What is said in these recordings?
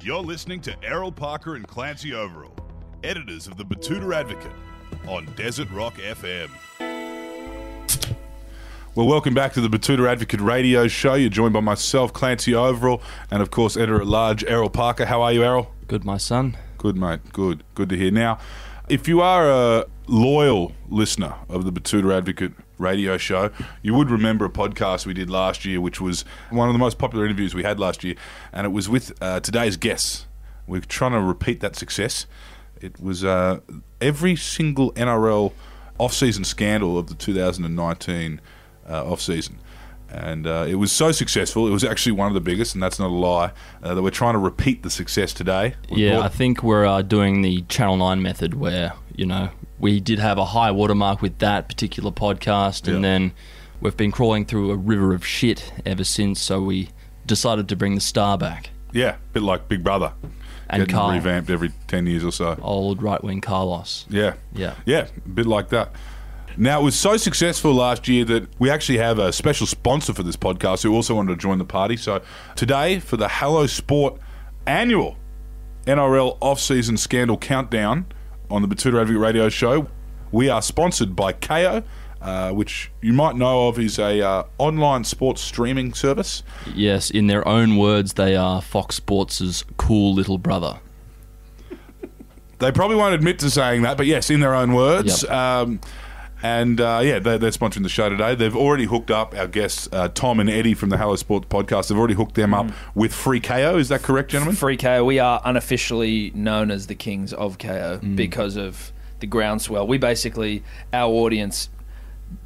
You're listening to Errol Parker and Clancy Overall, editors of the Batuta Advocate on Desert Rock FM. Well, welcome back to the Batuta Advocate radio show. You're joined by myself, Clancy Overall, and of course, editor at large, Errol Parker. How are you, Errol? Good, my son. Good, mate. Good. Good to hear. Now, if you are a loyal listener of the Batuta Advocate radio show, you would remember a podcast we did last year, which was one of the most popular interviews we had last year, and it was with uh, today's guests. We're trying to repeat that success. It was uh, every single NRL off-season scandal of the 2019 uh, off-season and uh, it was so successful. It was actually one of the biggest, and that's not a lie. Uh, that we're trying to repeat the success today. We yeah, I brought- think we're uh, doing the Channel 9 method where, you know, we did have a high watermark with that particular podcast, and Yeah. then we've been crawling through a river of shit ever since, so we decided to bring the star back. yeah, a bit like Big Brother, And getting Carl. revamped every ten years or so. Old right wing Carlos. Yeah, Yeah. yeah, a bit like that. Now it was so successful last year that we actually have a special sponsor for this podcast who also wanted to join the party. So today for the Hello Sport annual NRL off-season scandal countdown on the Batuta Advocate Radio Show. We are sponsored by KO, uh, which you might know of is a uh, online sports streaming service. Yes, in their own words, they are Fox Sports' cool little brother. They probably won't admit to saying that, but yes, in their own words. Yep. Um, and uh, yeah, they're, they're sponsoring the show today. They've already hooked up our guests, uh, Tom and Eddie from the Hello Sports podcast. They've already hooked them up with free KO. Is that correct, gentlemen? Free KO. We are unofficially known as the kings of KO because of the groundswell. We basically our audience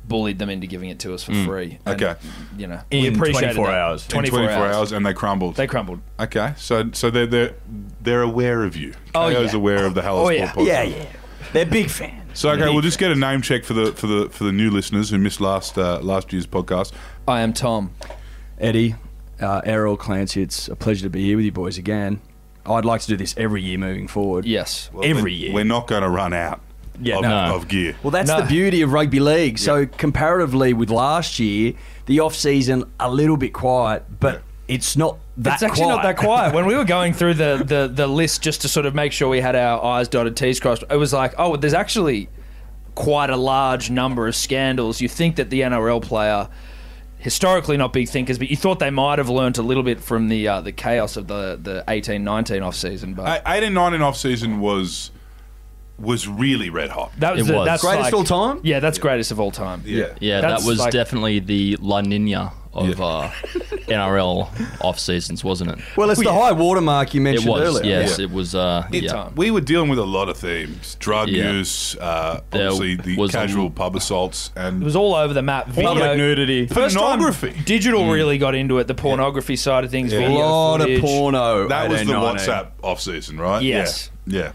bullied them into giving it to us for free. And, Okay. you know, In we appreciated 24 that. hours. In In 24, hours. and they crumbled. They crumbled. okay, so so they're they're, they're aware of you. Oh, KO's yeah. aware of the Hello Oh, Sport yeah. podcast. Yeah, yeah. They're big fans. So okay, we'll just get a name check for the for the for the new listeners who missed last uh, last year's podcast. I am Tom. Eddie, uh, Errol, Clancy, it's a pleasure to be here with you boys again. I'd like to do this every year moving forward. Yes. every We're- year. we're not going to run out. Yeah, of, no. of gear. well, that's No. the beauty of rugby league. So, comparatively with last year, the off season a little bit quiet, but it's not that it's actually not that quiet. When we were going through the, the the list just to sort of make sure we had our I's dotted, T's crossed, it was like, oh, there's actually quite a large number of scandals. You think that the NRL player, historically not big thinkers, but you thought they might have learnt a little bit from the uh, the chaos of the the 18 19 off season. But I- 18 19 off season was was really red hot. that was, It the, was. That's like- Greatest of all time? Yeah, that's greatest of all time. Yeah, That's that was like- definitely the La Nina of Yeah. uh, NRL off seasons, wasn't it? Well, it's the high watermark you It mentioned was, earlier. yes, Yeah. it was. Uh, It- yeah. We were dealing with a lot of themes: drug Yeah. use, uh, There obviously the was a- casual pub assaults, and It was all over the map. Video, Public nudity. First time Pornography. digital really got into it. The pornography side of things. Yeah. A video lot footage. of porno. that was 18, the 19. WhatsApp off season, right? Yes. Yeah. yeah.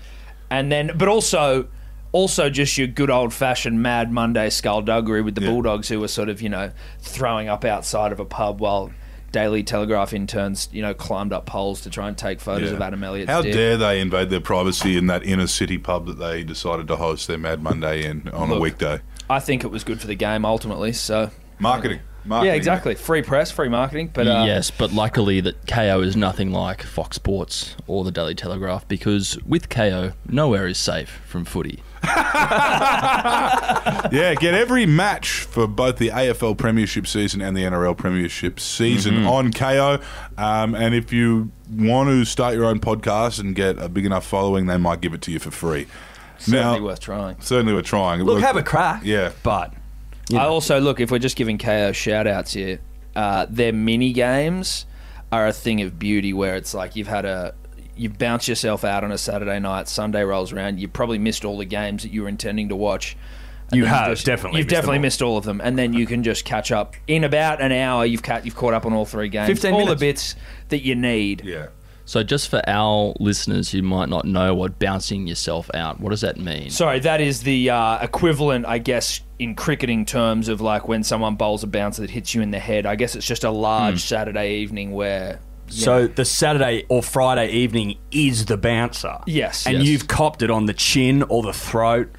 and then but also also just your good old fashioned Mad Monday skullduggery with the Yeah. Bulldogs who were sort of you know throwing up outside of a pub while Daily Telegraph interns you know climbed up poles to try and take photos Yeah. of Adam Elliott's How dick. dare they invade their privacy in that inner city pub that they decided to host their Mad Monday in on a Look. weekday? I think it was good for the game ultimately. So Marketing. Marketing. yeah, exactly. Free press, free marketing. But uh, yes, but luckily that KO is nothing like Fox Sports or the Daily Telegraph because with KO, nowhere is safe from footy. Yeah, get every match for both the AFL Premiership season and the NRL Premiership season Mm-hmm. on KO. Um, and if you want to start your own podcast and get a big enough following, they might give it to you for free. certainly worth trying. certainly we're trying. Look, have a crack. Yeah. But I also look if we're just giving KO shout outs here, uh, their mini games are a thing of beauty where it's like you've had a you've bounced yourself out on a Saturday night, Sunday rolls around, you probably missed all the games that you were intending to watch. and You then have definitely You've missed them definitely all. missed all of them, and then you can just catch up in about an hour. You've ca- you've caught up on all three games, 15 all minutes. the bits that you need. Yeah. So, just for our listeners who might not know what bouncing yourself out, what does that mean? Sorry, that is the uh, equivalent, I guess, in cricketing terms of like when someone bowls a bouncer that hits you in the head. I guess it's just a large Saturday evening where. you So know, the Saturday or Friday evening is the bouncer. Yes. And Yes. you've copped it on the chin or the throat,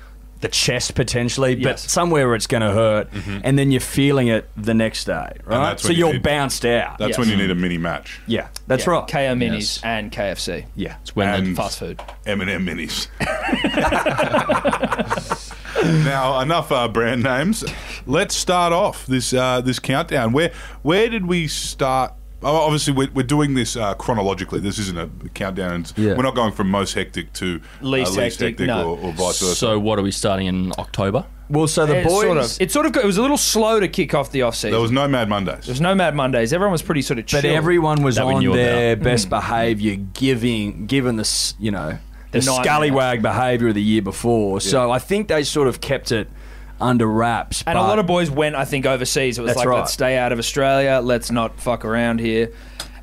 the chest potentially, but Yes. somewhere where it's going to hurt, and then you're feeling it the next day, right? that's So when you you're need- bounced out. That's Yes. when you need a mini match. yeah, that's Yeah, right. KO minis Yes. and KFC. yeah, It's when And- the Fast food. M&M minis. now, enough uh, brand names. Let's start off this uh, this countdown. Where where did we start? Oh, obviously, we're, we're doing this uh, chronologically. This isn't a countdown. It's- Yeah. We're not going from most hectic to uh, Least hectic, no. or, or vice versa. So what are we starting in October? Well, so the It boys, sort of, it sort of got, it was a little slow to kick off the off season. there There was no Mad Mondays. was no Mad Mondays. Everyone was pretty sort of chill. but everyone was That we on knew their best behaviour, giving given the s- you know the, nightmare. scallywag behaviour of the year before. So I think they sort of kept it under wraps. and a lot of boys went, I think, overseas. It was That's like, right. let's stay out of Australia. Let's not fuck around here.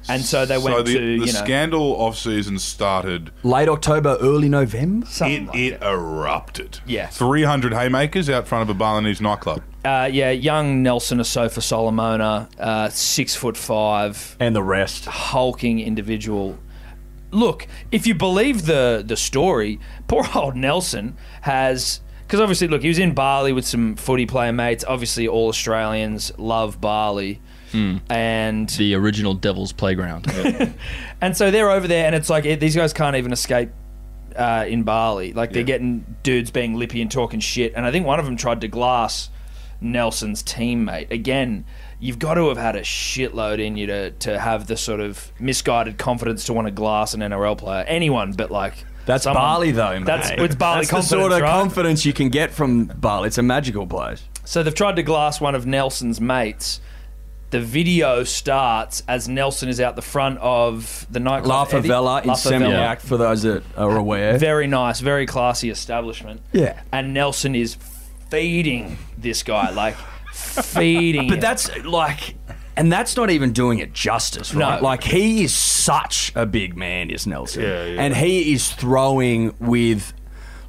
And so they went so the, to, the you know, scandal off season started. late October, early November. something it like it erupted. Yeah. three hundred haymakers out front of a Balinese nightclub. Uh, yeah, young Nelson Asofa Solomona, uh, six foot five, And the rest. hulking individual. Look, if you believe the the story, poor old Nelson has because obviously, look, he was in Bali with some footy player mates. Obviously, all Australians love Bali, and The original Devil's Playground. and so they're over there, and it's like eh, these guys can't even escape uh, in Bali. Like they're getting dudes being lippy and talking shit. And I think one of them tried to glass Nelson's teammate. Again, you've got to have had a shitload in you to to have the sort of misguided confidence to want to glass an NRL player, anyone, but like That's someone- Bali, though, mate. That's it's Bali That's the confidence, sort of right? confidence you can get from Bali. It's a magical place. So they've tried to glass one of Nelson's mates. The video starts as Nelson is out the front of the La nightclub. Eddie- Favela in La Favela. Seminyak, for those that are aware. Very nice, very classy establishment. Eh? Yeah. And Nelson is feeding this guy, like feeding. But him. that's like, and that's not even doing it justice, right? No. Like he is such a big man, is Nelson, Yeah, yeah. and he is throwing with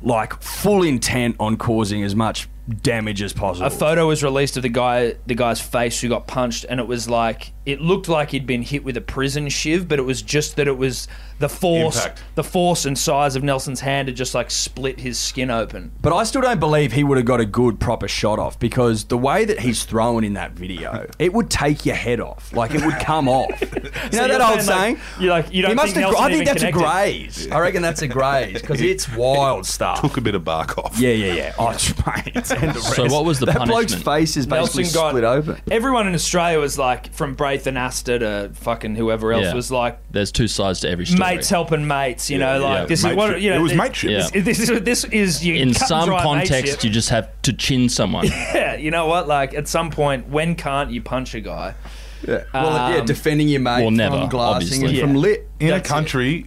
like full intent on causing as much damage as possible. a photo was released of the guy, the guy's face who got punched, and it was like it looked like he'd been hit with a prison shiv, but it was just that it was the force, Impact. the force and size of Nelson's hand had just like split his skin open. but I still don't believe he would have got a good proper shot off because the way that he's thrown in that video, it would take your head off. Like it would come off. You know that you're saying, old saying? like, you like- you don't He must think have- I Nelson think even that's a connected. graze. I reckon that's a graze because it's wild stuff. Took a bit of bark off. Yeah, yeah, yeah. Oh, it's mate. And the So rest. what was the that bloke's punishment? face is basically Nelson got split open. Everyone in Australia was like, from Braithen Astor to fucking whoever else Yeah. was like, There's two sides to every story. mates helping mates. You know, Yeah, like yeah. this is Mateship. what you know. It was this- mateship. Yeah. This, this, this is you In cut and some dry context, mateship. you just have to chin someone. yeah, you know what? Like at some point, when can't you punch a guy? Yeah. Well, yeah, Um, defending your mate well, never, from glassing and obviously. from Yeah. lit. in That's a it. country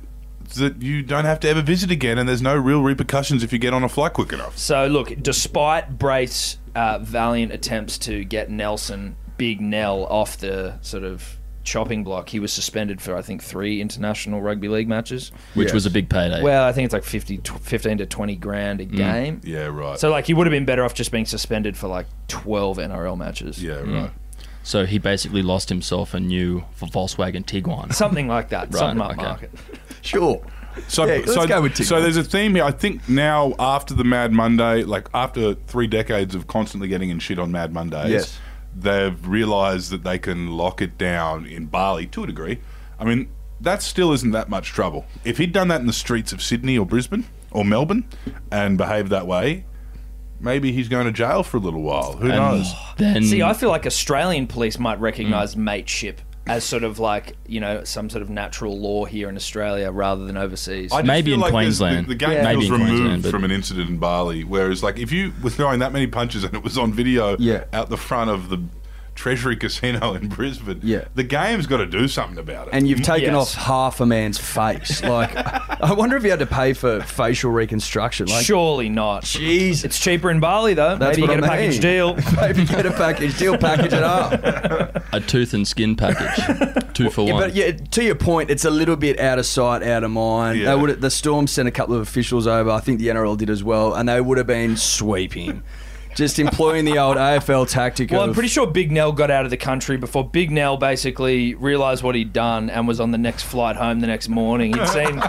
that you don't have to ever visit again, and there's no real repercussions if you get on a flight quick enough. So look, despite Braith's uh, valiant attempts to get Nelson Big Nell off the sort of chopping block, he was suspended for I think three international rugby league matches. which Yes. was a big payday. Well, I think it's like 50, tw- 15 to twenty grand Mm. a game. Yeah, right. So like he would have been better off just being suspended for like twelve NRL matches. yeah, right. so he basically lost himself a new Volkswagen Tiguan. Something like that. something okay. upmarket. Sure. So, Yeah, let's so, go with Tim. so there's a theme here. I think now after the Mad Monday, like after three decades of constantly getting in shit on Mad Mondays, Yes. they've realised that they can lock it down in Bali to a degree. I mean, that still isn't that much trouble. If he'd done that in the streets of Sydney or Brisbane or Melbourne and behaved that way, maybe he's going to jail for a little while. Who knows? Then See, I feel like Australian police might Mm. recognise mateship as sort of like you know some sort of natural law here in Australia rather than overseas. I just Maybe feel in like there's- Queensland. The, the game Yeah. Maybe feels in Queensland, removed but- from an incident in Bali, whereas like if you were throwing that many punches and it was on video Yeah. out the front of the Treasury Casino in Brisbane, Yeah. the game's got to do something about it. And you've taken Yes. off half a man's face. Like, I wonder if you had to pay for facial reconstruction. Like, Surely not. Jesus. It's cheaper in Bali though. That's Maybe you what get a I mean. package deal. Maybe get a package deal, package it up. a tooth and skin package, two for Yeah, one. but yeah, to your point, it's a little bit out of sight, out of mind. Yeah. They would the Storm sent a couple of officials over. I think the NRL did as well, and they would have been sweeping. Just employing the old AFL tactic. Well, of, I'm pretty sure Big Nell got out of the country before Big Nell basically realised what he'd done and was on the next flight home the next morning. He'd seen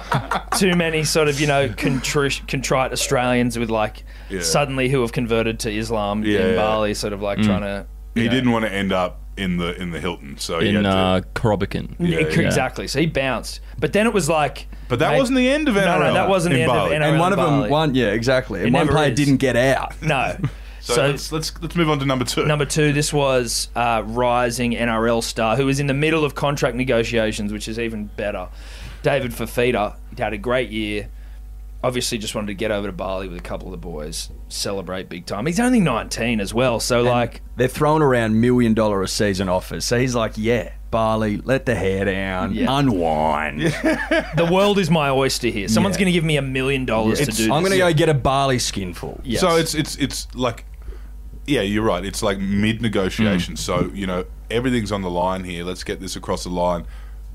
too many sort of, you know, contri- contrite Australians with like Yeah. suddenly who have converted to Islam Yeah. in Bali, sort of like trying Mm. to. He you know, didn't want to end up in the in the Hilton, so he had in to, uh, Korobokan. Yeah, Ex- yeah. Exactly. So he bounced. But then it was like. But that wasn't the end of No, no, NRL that wasn't in the end Bali. of NRL. And one of them, Bali. one yeah, exactly. And It one never player is. didn't get out. No. So, so let's, let's let's move on to number two. Number two, this was uh, rising NRL star who was in the middle of contract negotiations, which is even better. David Fafita had a great year. Obviously, just wanted to get over to Bali with a couple of the boys, celebrate big time. He's only 19 as well, so like, They're throwing around million dollar a season offers. So he's like, yeah, Barley, let the hair down, Yeah. unwind. the world is my oyster here. Someone's Yeah. going to give me a million dollars to It's- do I'm this. going to go get a barley skinful. Yes. So it's it's it's like, yeah, you're right. It's like mid negotiation. Mm. So you know everything's on the line here. Let's get this across the line.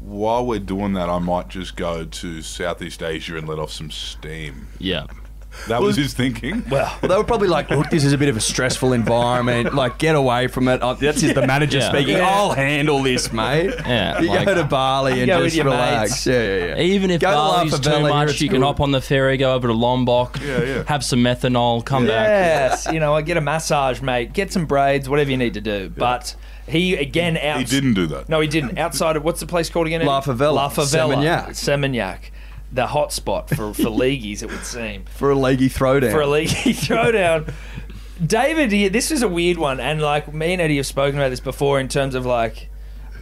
While we're doing that, I might just go to Southeast Asia and let off some steam. Yeah. That was his thinking. well, Well, they were probably like, look, this is a bit of a stressful environment. Like, get away from it. Oh, that's just the manager Yeah. speaking. Yeah. I'll handle this, mate. Yeah, You like- go to Bali and go with just your mates. relax. Yeah, yeah, yeah. Even if Go to La Bali's too Favela, much, it's you can good. hop on the ferry, go over to Lombok, Yeah, yeah. have some methanol, come back. yes, you know, I get a massage, mate, get some braids, whatever you need to do. But he, again, out. He didn't do that. No, he didn't. Outside of what's the place called again? Eddie? La Favela. La Favela. Seminyak. Seminyak. The hotspot for for leagueies, it would seem, For a leggy throwdown. for a leaguey throwdown. David, yeah, this is a weird one, and like me and Eddie have spoken about this before in terms of like.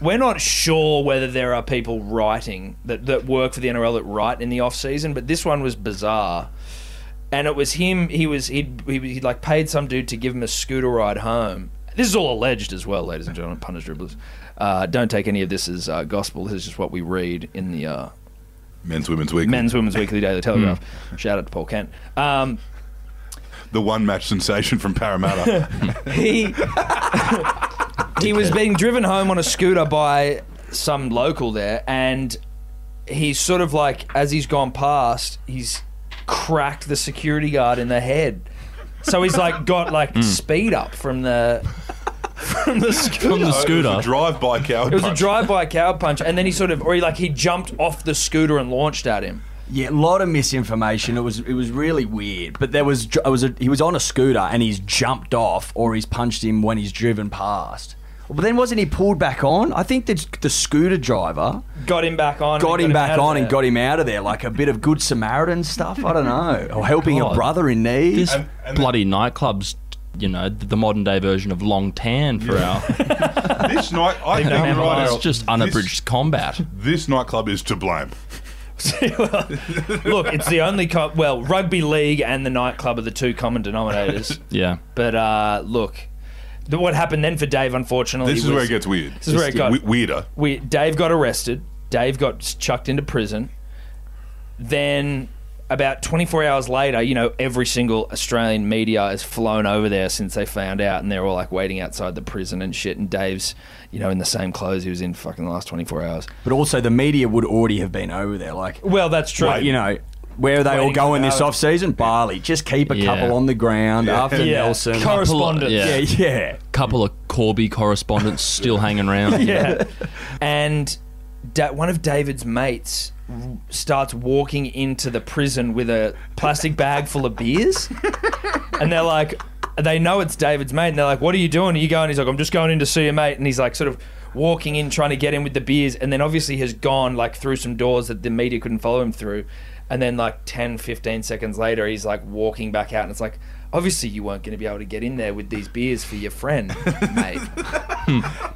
We're not sure whether there are people writing that, that work for the NRL that write in the off season, but this one was bizarre, and it was him. He was he'd, he he like paid some dude to give him a scooter ride home. This is all alleged as well, ladies and gentlemen, punters, dribblers. Uh, don't take any of this as uh, gospel. This is just what we read in the uh, Men's Women's Week. Men's Women's Weekly Daily Telegraph. Shout out to Paul Kent. Um, The one match sensation from Parramatta. Oh, he he was being driven home on a scooter by some local there, and he's sort of like as he's gone past, he's cracked the security guard in the head. So he's like got like Hmm. speed up from the from the scooter. From the It was a scooter. drive-by coward it was a punch. drive-by cow punch, and then he sort of, or he like he jumped off the scooter and launched at him. Yeah, a lot of misinformation. It was it was really weird. But there was it was a, he was on a scooter and he's jumped off or he's punched him when he's driven past. But then wasn't he pulled back on? I think the, the scooter driver Got him back on. got and him back out of on and there. got him out of there like a bit of good Samaritan stuff. I don't know, or helping a God. brother in need. This And- and bloody nightclub's, you know, the modern day version of Long Tan for This night, I think our. you're right. it's Al. just This, unabridged combat. this nightclub is to blame. well, look, it's the only co- well, rugby league and the nightclub are the two common denominators. Yeah. But uh, look, the, what happened then for Dave? Unfortunately, This is Oh, was- where it gets weird. This is where it got- we- weirder. We Dave got arrested. Dave got chucked into prison. Then. About 24 hours later, you know, every single Australian media has flown over there since they found out, and they're all like waiting outside the prison and shit. And Dave's, you know, in the same clothes he was in fucking the last 24 hours. but also the media would already have been over there. Like, Well, that's true. you know. Where are they all Waiting going for this hours. off season? Barley. Just keep a Yeah. couple on the ground after Yeah. Nelson. Correspondence. Yeah. yeah, yeah. Couple of Corby correspondents still hanging around. yeah. And da- one of David's mates r- starts walking into the prison with a plastic bag full of beers. And they're like, they know it's David's mate. And they're like, what are you doing? Are you going? He's like, I'm just going in to see your mate. And he's like, sort of walking in, trying to get in with the beers. And then obviously has gone like through some doors that the media couldn't follow him through. And then like 10, 15 seconds later, he's like walking back out. And it's like, obviously you weren't going to be able to get in there with these beers for your friend, mate.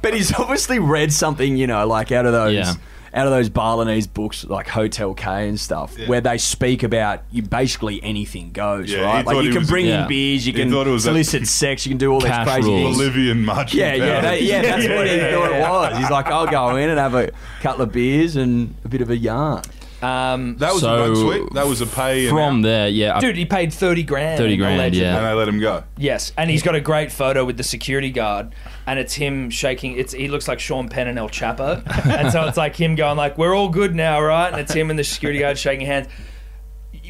But he's obviously read something, you know, like out of those Yeah. out of those Balinese books, like Hotel K and stuff, where they speak about you basically anything goes, Yeah, he right? thought Like he you can was- bring Yeah. in beers, you He can thought it was that- solicit sex, you can do all these Cash crazy rules. things. Bolivian marching Yeah, yeah, band. that, yeah. That's Yeah, what he yeah, thought yeah. it was. He's like, I'll go in and have a couple of beers and a bit of a yarn. Um, That was So, a run sweep. That was a pay and From out, there, yeah. I- Dude, he paid thirty grand. 30 grand, allegedly. yeah. and they let him go. Yes, and he's got a great photo with the security guard, and it's him shaking. It's he looks like Sean Penn and El Chapo, and so it's like him going like, "We're all good now, right?" And it's him and the security guard shaking hands.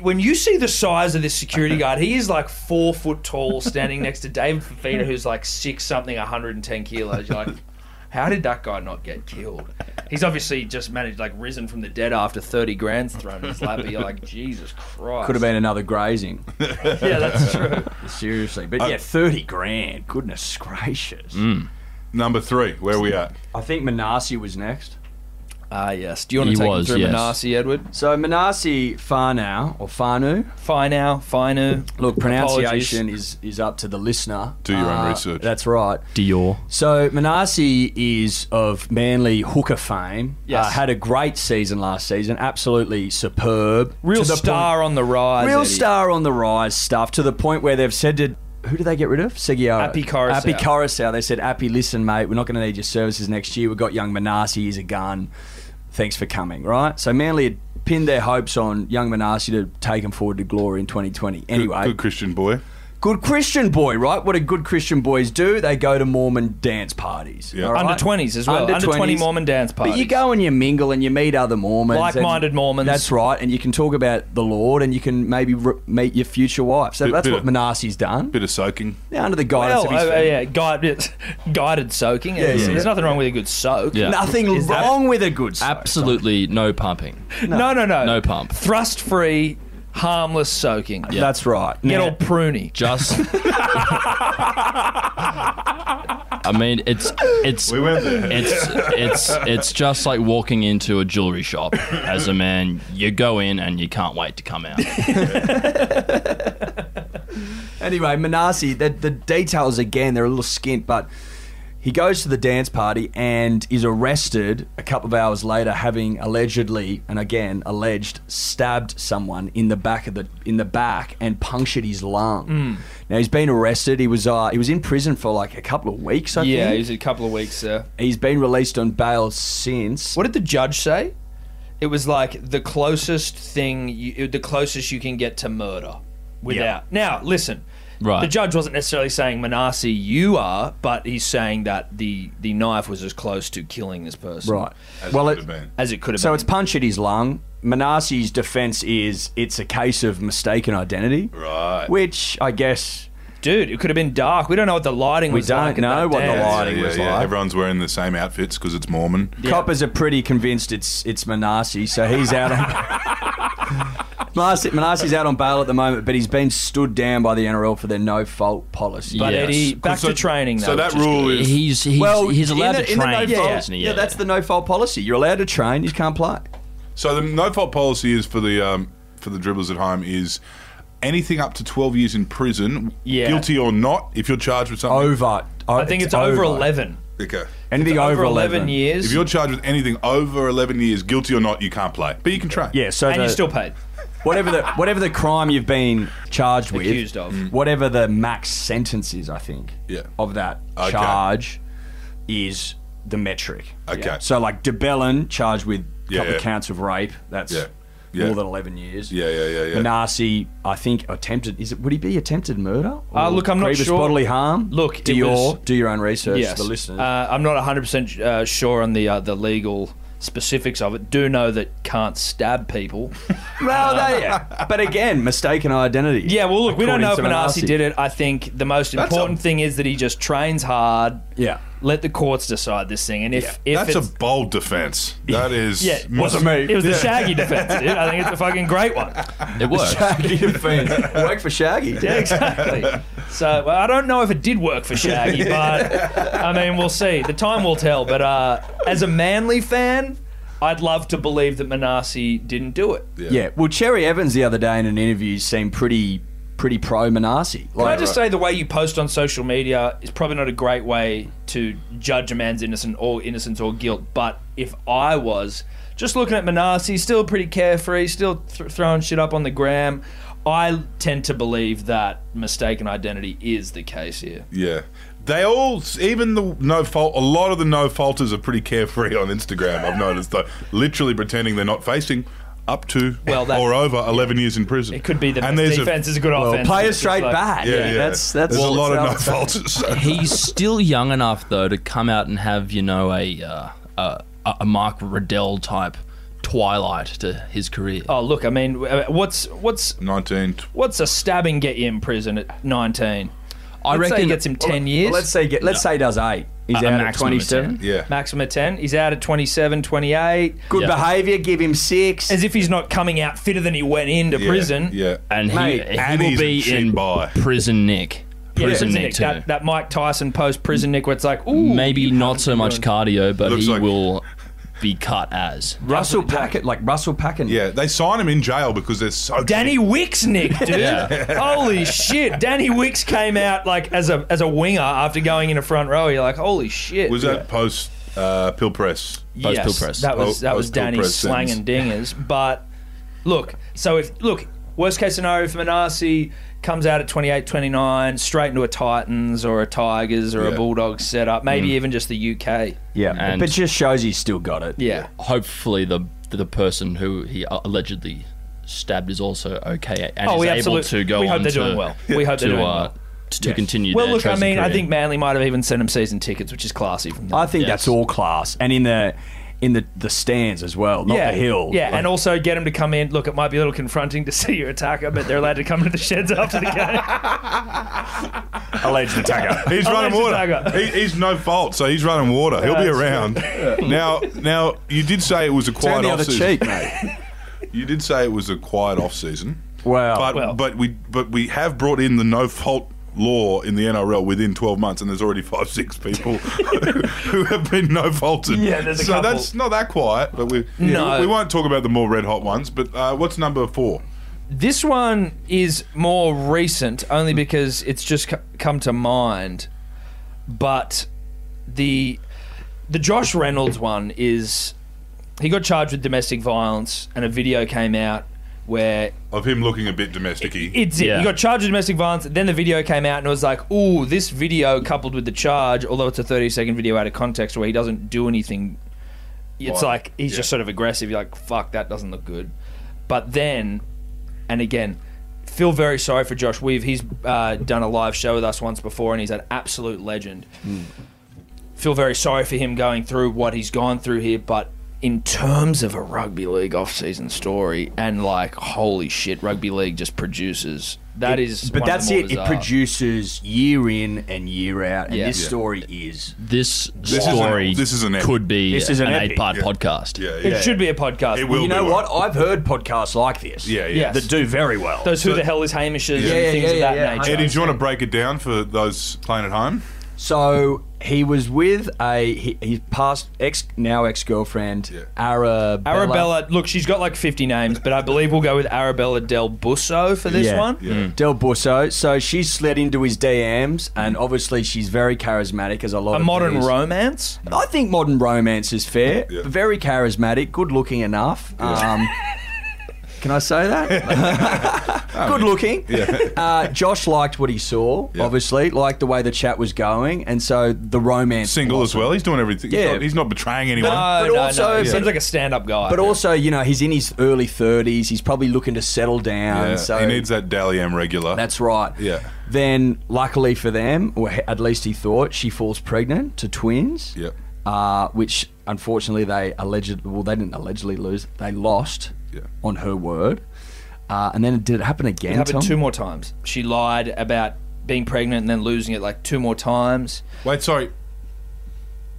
when you see the size of this security guard, he is like four foot tall, standing next to David Fafita, who's like six something, 110 kilos. You're like, how did that guy not get killed? He's obviously just managed, like, risen from the dead after 30 grand's thrown in his lap. But you're like, Jesus Christ. Could have been another grazing. Yeah, that's true. Seriously. But yeah, 30 grand. Goodness gracious. Number three, where are we at? I think Manasi was next. Ah, yes. Do you want to He take was, him through yes. Manasi, Edward? So Manasi Farnow, or Farnu, Finau, Finu. Look, pronunciation Apologies. is, is up to the listener. Uh, Do your own research. That's right. Dior. So Manasi is of Manly hooker fame. Yes. Uh, had a great season last season. Absolutely superb. Real To the star on the rise. point- real Eddie. star on the rise stuff to the point where they've said to. Who did they get rid of? Seguiara. Api Coruscant. Api Coruscant. They said, Appy, listen, mate, we're not going to need your services next year. We've got young Manasi. He's a gun. Thanks for coming, right? So Manly had pinned their hopes on young Manasi to take him forward to glory in 2020. Good- Anyway, Good Christian boy. good Christian boy, right? What do good Christian boys do? They go to Mormon dance parties. Yeah. all right? Under 20s as well. Under 20 Mormon dance But you parties. go and you mingle and you meet other Mormons. and- Like-minded Mormons. That's right. And you can talk about the Lord and you can maybe re- meet your future wife. So Bit- that's bit what of- Manassi's done. Bit of soaking. Yeah, under the guidance Well, of his oh, family. yeah, guided, guided soaking. Yeah, yeah, There's yeah. nothing wrong with a good soak. Yeah. Nothing Is that- wrong with a good soap. Absolutely no pumping. No, no, no. No pump. Thrust free, harmless soaking. That's right. Get Now- all pruny. Just. I mean, it's it's We went there. it's it's it's just like walking into a jewelry shop as a man. You go in and you can't wait to come out. Anyway, Manasi, the, the details again, they're a little skint, but he goes to the dance party and is arrested a couple of hours later, having allegedly, and again, alleged, stabbed someone in the back of the in the back and punctured his lung. Hmm. Now he's been arrested. He was uh, he was in prison for like a couple of weeks. I Yeah, it think was a couple of weeks uh, there. he's been released on bail since. What did the judge say? It was like the closest thing, you, the closest you can get to murder without. Now, listen. Right. The judge wasn't necessarily saying Manasi, you are, but he's saying that the the knife was as close to killing this person Right. As well, it it, could have been. as it could have So been. it's punctured his lung. Manasi's defense is it's a case of mistaken identity. Right. Which I guess dude, it could have been dark. We don't know what the lighting We was like. don't at know that what the dance. light- Lighting was live. Everyone's wearing the same outfits because it's Mormon. coppers are pretty convinced it's it's Manasi, so he's out on Manasi, Manasi's out on bail at the moment, but he's been stood down by the NRL for their no fault policy. But Yes. Eddie, back So- to training though. So that which is rule is He's he's, he's allowed in to the- in the train, no fault- isn't he? yeah, that's the no fault policy. You're allowed to train, you can't play. So the no fault policy is for the um, for the dribblers at home is anything up to twelve years in prison, Yeah. guilty or not, if you're charged with something. Over. I think it's, over 11. Okay. Anything Over, over 11, years. If you're charged with anything over eleven years, guilty or not, you can't play, but you can train. Yeah, so and you're the- still paid. whatever the whatever the crime you've been charged with, Accused of. Mm. whatever the max sentence is, I think, Yeah. of that Okay. charge is the metric. Okay. So like DeBellin charged with a Yeah, couple yeah. counts of rape. That's Yeah. Yeah. more than eleven years. Yeah, yeah, yeah, yeah. Manasi, I think attempted is it would he be attempted murder? Uh, Or look, I'm not grievous sure. bodily harm. Look, it do your was- do your own research. Yes. The listeners. Uh, I'm not 100% uh, sure on the uh, the legal specifics of it. Do know that can't stab people. well, they, but again, mistaken identity. yeah, well, look, we don't know if According to Manasi did it. I think the most important thing is that he just trains hard. Yeah. Let the courts decide this thing. And if, if That's it's. a bold defense. That is. yeah, Muslim- It was the Shaggy defense, dude. I think it's a fucking great one. it works. Shaggy defense. Work for Shaggy. Yeah, exactly. So well, I don't know if it did work for Shaggy, but I mean, we'll see. The time will tell. But uh, as a Manly fan, I'd love to believe that Manasi didn't do it. Yeah. Well, Cherry Evans the other day in an interview seemed pretty pretty pro Manasi. Can I just say the way you post on social media is probably not a great way to judge a man's innocent or innocence or guilt. But if I was just looking at Manasi, still pretty carefree, still th- throwing shit up on the gram, I tend to believe that mistaken identity is the case here. Yeah. They all, even the no fault, a lot of the no faulters are pretty carefree on Instagram, I've noticed, though. Literally pretending they're not facing up to Well, that- or over 11 years in prison. It could be the And there's a- defense is a good offense. play It's a just straight like- back. Yeah, yeah. That's that's There's a lot of no that's- faulters. He's still young enough though to come out and have you know a uh, a, a Mark Riddell type twilight to his career. Oh, look, I mean, w- what's what's 19. what's a stabbing get you in prison at 19? I Let's say reckon he gets him 10 years. Let's say get, let's say he does eight. He's A out at maximum of 27. 10. Yeah. Maximum of 10. He's out at 27, 28. Good Yeah. behaviour. Give him six. As if he's not coming out fitter than he went into yeah, prison. Yeah. and he, Mate, he and will he's a be cheap in buy. prison Nick. Yeah, Prison prison Nick nick. too. Mm. That, that Mike Tyson post prison nick where it's like, ooh. Maybe not so much cardio, but Looks he like- will be cut as. Russell Packet, like Russell Packet. Yeah. They sign him in jail because they're so. Danny Wicks nick, dude. Yeah. Holy shit. Danny Wicks came out like as a as a winger after going in a front row. You're like, holy shit. Was that post uh, pill press? Post pill press. That was Po- that was post pill Danny press slang and dingers. But look, so if look, worst case scenario for Manasi comes out at 28, 29, straight into a Titans or a Tigers or Yeah. a Bulldogs setup, maybe Mm. even just the UK. yeah. And- but just shows he's still got it. Yeah. Hopefully, the the person who he allegedly stabbed is also okay and Oh, is we able absolute- to go we on hope they're to, doing well. We hope to, they're uh, doing well. To, to continue Well, their look, I chosen mean, I career. think Manly might have even sent him season tickets, which is classy from them. I think Yes. that's all class, and in the in the the stands as well, not yeah, the hill. Yeah, Like- and also get him to come in. Look, it might be a little confronting to see your attacker, but they're allowed to come to the sheds after the game. alleged attacker. He's running Alleged water. Oh, dagger. He, he's no fault, so he's running water. He'll be that's around. Now, now you did say it was a quiet Turn the off other season. cheek, mate. You did say it was a quiet off season. Wow. but Well- but we but we have brought in the no fault law in the NRL within 12 months, and there's already five six people who have been no faulted. Yeah, there's a so couple. that's not that quiet. But we No. we won't talk about the more red hot ones. But uh, what's number four? This one is more recent only because it's just c- come to mind. But the the Josh Reynolds one is he got charged with domestic violence and a video came out where Of him looking a bit domesticy. it's it. Yeah. He got charged with domestic violence. Then the video came out and it was like, ooh, this video coupled with the charge, although it's a 30 second video out of context where he doesn't do anything, it's Right. like he's Yeah. just sort of aggressive. You're like, fuck, that doesn't look good. But then, and again, feel very sorry for Josh Weave. He's uh, done a live show with us once before and he's an absolute legend feel very sorry for him going through what he's gone through here, but in terms of a rugby league off-season story and like holy shit, rugby league just produces that is. but one of that's the more it. It bizarre. produces year in and year out, and Yeah. this Yeah. story is this, is an- story this is an epic. could be This is an epic. eight-part Yeah. podcast. Yeah, yeah. It should be a podcast. It will. you know be what? one. I've heard podcasts like this. Yeah, yeah. Yes. That do very well. Those who the hell is Hamishes Yeah, and yeah, things yeah, of that yeah, yeah. nature. Eddie, do you want to break it down for those playing at home? So he was with a he, his past ex now ex girlfriend Yeah. Arabella. Arabella, look, she's got like 50 names, but I believe we'll go with Arabella Del Busso for this Yeah. Mm. one. Yeah. Del Busso. So she slid into his DMs, and obviously she's very charismatic as a lot A of modern these- romance. I think modern romance is fair. Yeah. Very charismatic, good looking enough. Um, can I say that? good looking. Uh, Josh liked what he saw, Yeah. obviously, liked the way the chat was going, and so the romance. Single as well. He's doing everything. He's Yeah. not, he's not betraying anyone. No, But no, also- no. He Yeah. seems like a stand-up guy. But also, you know, he's in his early 30s. He's probably looking to settle down. yeah. so he needs that Dally M regular. That's right. Yeah. Then, luckily for them, or he- at least he thought, she falls pregnant to twins. Yep. Uh, which, unfortunately, they alleged. Well, they didn't allegedly lose. They lost. Yeah. On her word. Uh, and then did it happen again? it happened Tom? two more times. She lied about being pregnant and then losing it like two more times. Wait, sorry.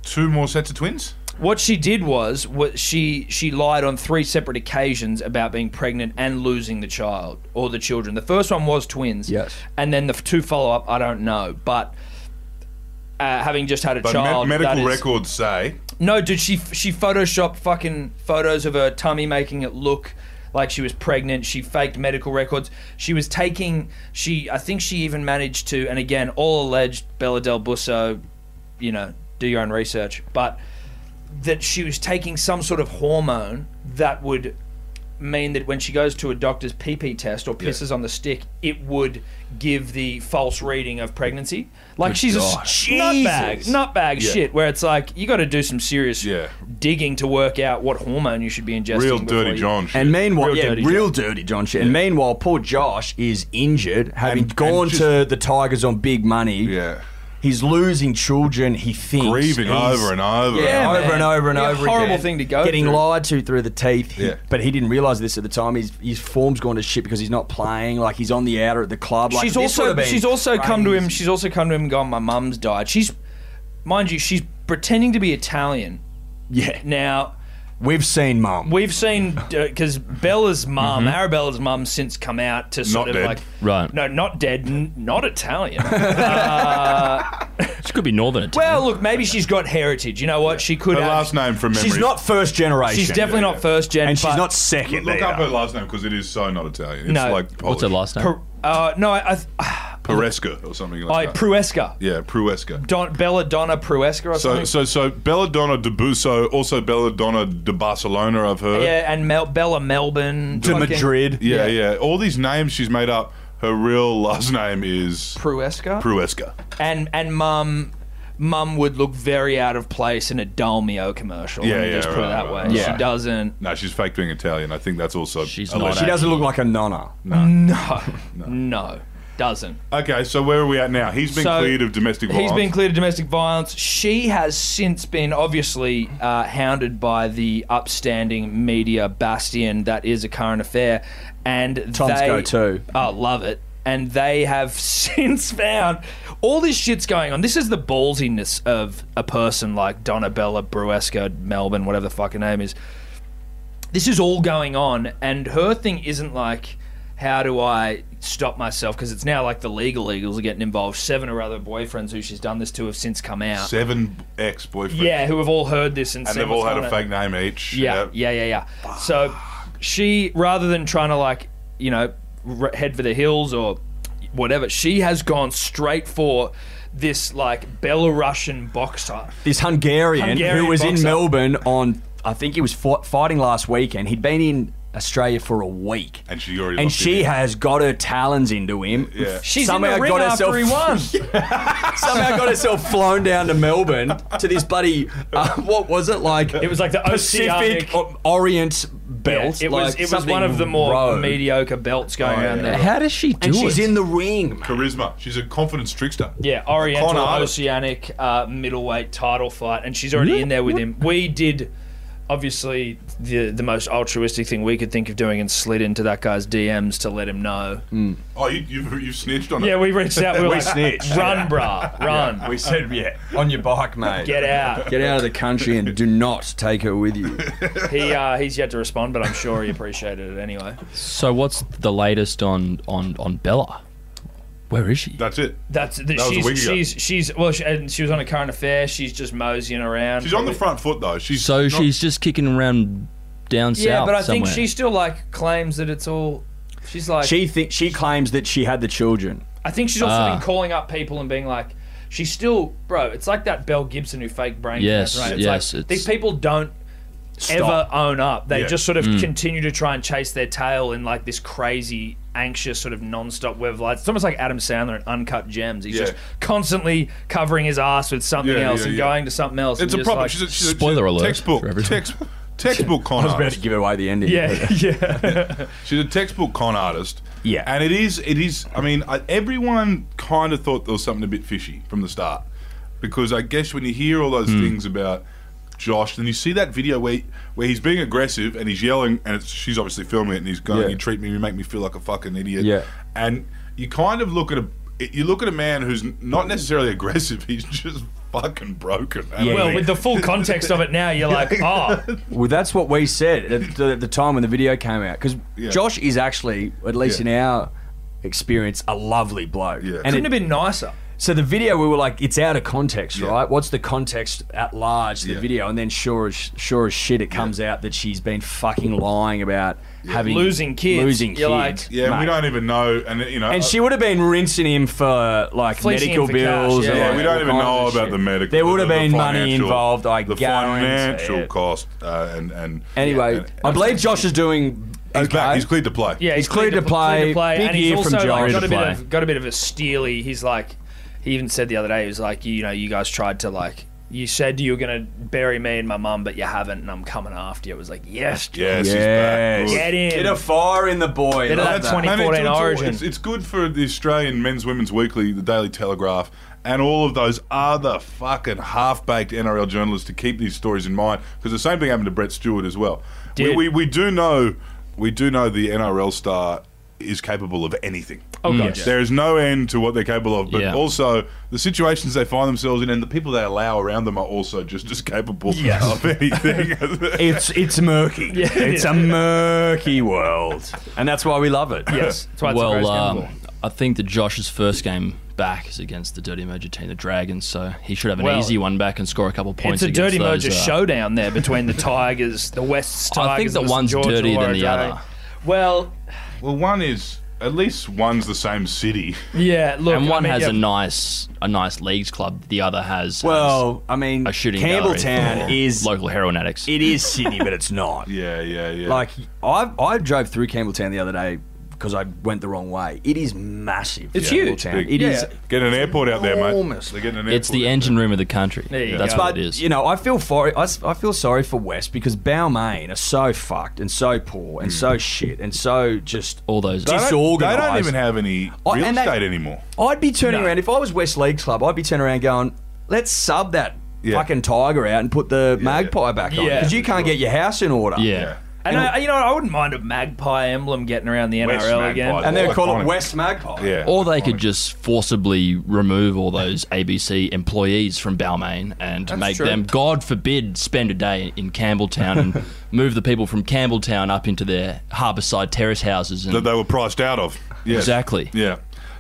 Two more sets of twins. What she did was what she she lied on three separate occasions about being pregnant and losing the child or the children. The first one was twins. Yes. And then the f- two follow up, I don't know, but uh, having just had a But me- child, that medical is- records say No, dude, she she photoshopped fucking photos of her tummy, making it look like she was pregnant. She faked medical records. She was taking. She, I think, she even managed to. And again, all alleged Bella Del Busso. You know, do your own research, but that she was taking some sort of hormone that would mean that when she goes to a doctor's PP test or pisses on the stick, it would give the false reading of pregnancy. Like she's a God. s- nutbag, Jesus. nutbag Yeah. shit. Where it's like you got to do some serious Yeah. digging to work out what hormone you should be ingesting. real before dirty you- John. shit. And meanwhile, Real yeah, dirty real dirty John shit. And meanwhile, poor Josh is injured, having And- and gone just- to the Tigers on big money. yeah. He's losing children. He thinks Grieving He's- over and over. Yeah, over and over and Be a over. horrible again. thing to go Getting through. lied to through the teeth. He- Yeah. But he didn't realise this at the time. His his form's gone to shit because he's not playing. Like he's on the outer at the club. Like she's this would also have been she's also come to him. crazy. She's also come to him and gone. My mum's died. She's, mind you, she's pretending to be Italian. Yeah. Now We've seen mum. we've seen because Bella's mum, Arabella's mum, since come out to Mm-hmm. Not sort of dead. like Right. No, not dead. N- not Italian. She could be northern Italian. well, look, maybe she's got heritage. You know what? She could. Her have- last name from memory. She's not first generation. She's definitely yeah, not yeah. first gen. and she's but- not second. Look either. up her last name because it is so not Italian. It's No. like Polish. What's her last name? Per- uh, no, I, I, th- Peresca or something I like that. Pruesca. yeah, Pruesca. Don, Belladonna Pruesca or So, something. so, so Belladonna de Busso, also Belladonna de Barcelona, I've heard. yeah, and Mel- Bella Melbourne. To fucking Madrid. yeah, yeah, All these names she's made up. Her real last name is Pruesca. Pruesca. and and mum mum would look very out of place in a Dolmio commercial. Yeah, let me yeah, just put right, it that right, way. right, she right. doesn't. No, she's fake being Italian. I think that's also. She's alleged. not She doesn't look like a nonna. No, no, doesn't. Okay, so where are we at now? He's been So, cleared of domestic violence. He's been cleared of domestic violence. She has since been obviously uh, hounded by the upstanding media bastion that is a current affair, and Tom's they, go too. Oh, love it. And they have since found all this shit's going on. This is the ballsiness of a person like Donna Bella Bruesca, Melbourne, whatever the fuck her name is. This is all going on, and her thing isn't like, how do I stop myself? Because it's now like the legal eagles are getting involved. Seven or other boyfriends who she's done this to have since come out. seven ex boyfriends. Yeah, who have all heard this and, and seen they've all what's had a on it. fake name each. Yeah, yeah, yeah, yeah. So she, rather than trying to like, you know, r- head for the hills or whatever, she has gone straight for this like Belarusian boxer. This Hungarian, Hungarian who was in boxer. Melbourne on, I think he was fought, fighting last weekend. He'd been in Australia for a week, And she already and locked she him in. has got her talons into him. Yeah. She's in the ring after he won. somehow got herself flown down to Melbourne to this bloody uh, what was it like? It was like the Pacific Oceanic. O- Orient Yeah, belt. it like was it was something one of the more rogue. mediocre belts going Oh, yeah, around there. How does she do And she's it? in the ring. man. charisma. She's a confidence trickster. Yeah, Oriental Con artist. Oceanic uh, middleweight title fight, and she's already in there with him. We did obviously the the most altruistic thing we could think of doing and slid into that guy's DMs to let him know. Oh, you, you've, you've snitched on her. Yeah, we reached out. We, were We like, snitched. Run, brah, run. We said, yeah, on your bike, mate. Get out. Get out of the country and do not take her with you. He uh, he's yet to respond, but I'm sure he appreciated it anyway. so what's the latest on on on Bella? Where is she? That's it. That's that was a she's week ago. she's she's well, she, and she was on a current affair. She's just moseying around. She's on the Probably- front foot though. She's So not- she's just kicking around down south. Yeah, but I somewhere. think she still like claims that it's all. She's like She thinks she claims that she had the children. I think she's also Ah. been calling up people and being like, she's still, bro. It's like that Belle Gibson who faked brain Yes, cancer. Right? It's yes, like, it's- these people don't Stop. ever own up. They Yeah. just sort of Mm. continue to try and chase their tail in like this crazy, anxious sort of non-stop web of lights. It's almost like Adam Sandler in Uncut Gems. He's Yeah. just constantly covering his ass with something Yeah, else yeah, and yeah. going to something else. It's and a just problem. like- she's a, she's a- Spoiler she's a alert Textbook. for everyone. Text, textbook con I was about artist. Oh, to give away the ending. yeah, yeah. She's a textbook con artist. Yeah. And it is, it is, I mean, I, everyone kind of thought there was something a bit fishy from the start. Because I guess when you hear all Hmm. those things about Josh, then you see that video where, where he's being aggressive and he's yelling, and it's, she's obviously filming it, and he's going, Yeah. You treat me, you make me feel like a fucking idiot. Yeah. And you kind of look at a, you look at a man who's not necessarily aggressive, he's just fucking broken. And I Well, think- with the full context of it now, you're like, oh, Well, that's what we said at the, at the time when the video came out. Because Yeah. Josh is actually, at least Yeah. in our experience, a lovely bloke. Yeah. And couldn't it, have been nicer. so the video, we were like, it's out of context, Yeah. right? What's the context at large, the Yeah. video? And then sure as, sure as shit, it comes out that she's been fucking lying about having Losing kids. Losing You're like- kids. Yeah, we mate. don't even know, and you know, And she would have been rinsing him for like Fleecing medical him for cash, bills. yeah. and, Yeah, like, we don't all even kinds know of about shit. the medical. There would have the- the been money financial- involved. I the guarantee financial it. cost uh, and and Anyway, and- I believe Josh is doing. he's okay. back. He's cleared to play. Yeah, He's cleared to play. cleared Big and he's year from also, like, Josh. got a bit Cleared to of got a bit of a steely. He's like, he even said the other day, he was like, you know, you guys tried to like you said you were going to bury me and my mum, but you haven't, and I'm coming after you. It was like, yes, Yes, he's back. Good. get in. Bit of fire in the boy. Bit of Love that that. 20 And it's- 2014 it's- Origin. It's, it's good for the Australian Men's Women's Weekly, the Daily Telegraph, and all of those other fucking half baked NRL journalists to keep these stories in mind because the same thing happened to Brett Stewart as well. We, Did. we, we do know we do know the NRL star is capable of anything. Oh, God, Mm. Yes. yeah. There is no end to what they're capable of, but Yeah. also the situations they find themselves in and the people they allow around them are also just as capable of anything. It's it's murky. it's a murky world, and that's why we love it. Yes. That's why it's well, well, um, I think that Josh's first game back is against the Dirty Merger team, the Dragons, so he should have an Well, easy one back and score a couple of points. it's a against dirty those, merger uh, showdown there between the Tigers, the West Tigers. I think that versus one's Georgia dirtier than the Warriors. other. Well, well, one is at least one's the same city. yeah. Look, And I one mean, has yeah, a nice a nice leagues club. The other has Well, I mean, has a shooting gallery Campbelltown for is local heroin addicts. it is Sydney, but it's not. Yeah, yeah, yeah. Like I I drove through Campbelltown the other day because I went the wrong way. It is massive. It's Campbelltown. huge. Big. It is. Get an airport out there, mate. Enormous. They're getting an airport. it's the out engine room of the country. There you That's go. what But Oh, it is. you know, I feel for I, s- I feel sorry for West because Balmain are so fucked and so poor and so shit and so just. All those. there. Hmm. They don't- disorganised. They don't even have any Oh, real and they- estate anymore. I'd be turning around if I was West League Club. I'd be turning around going, let's sub that Yeah. fucking tiger out and put the magpie back on Yeah. because you can't get your house in order. yeah. And I, you know, I wouldn't mind a magpie emblem getting around the West NRL magpie. again. and they call Iconic. it West Magpie. Yeah. Or they could just forcibly remove all those ABC employees from Balmain and make true. them, God forbid, spend a day in Campbelltown and move the people from Campbelltown up into their harbourside terrace houses. And That they were priced out of. Yes. Exactly. Yeah.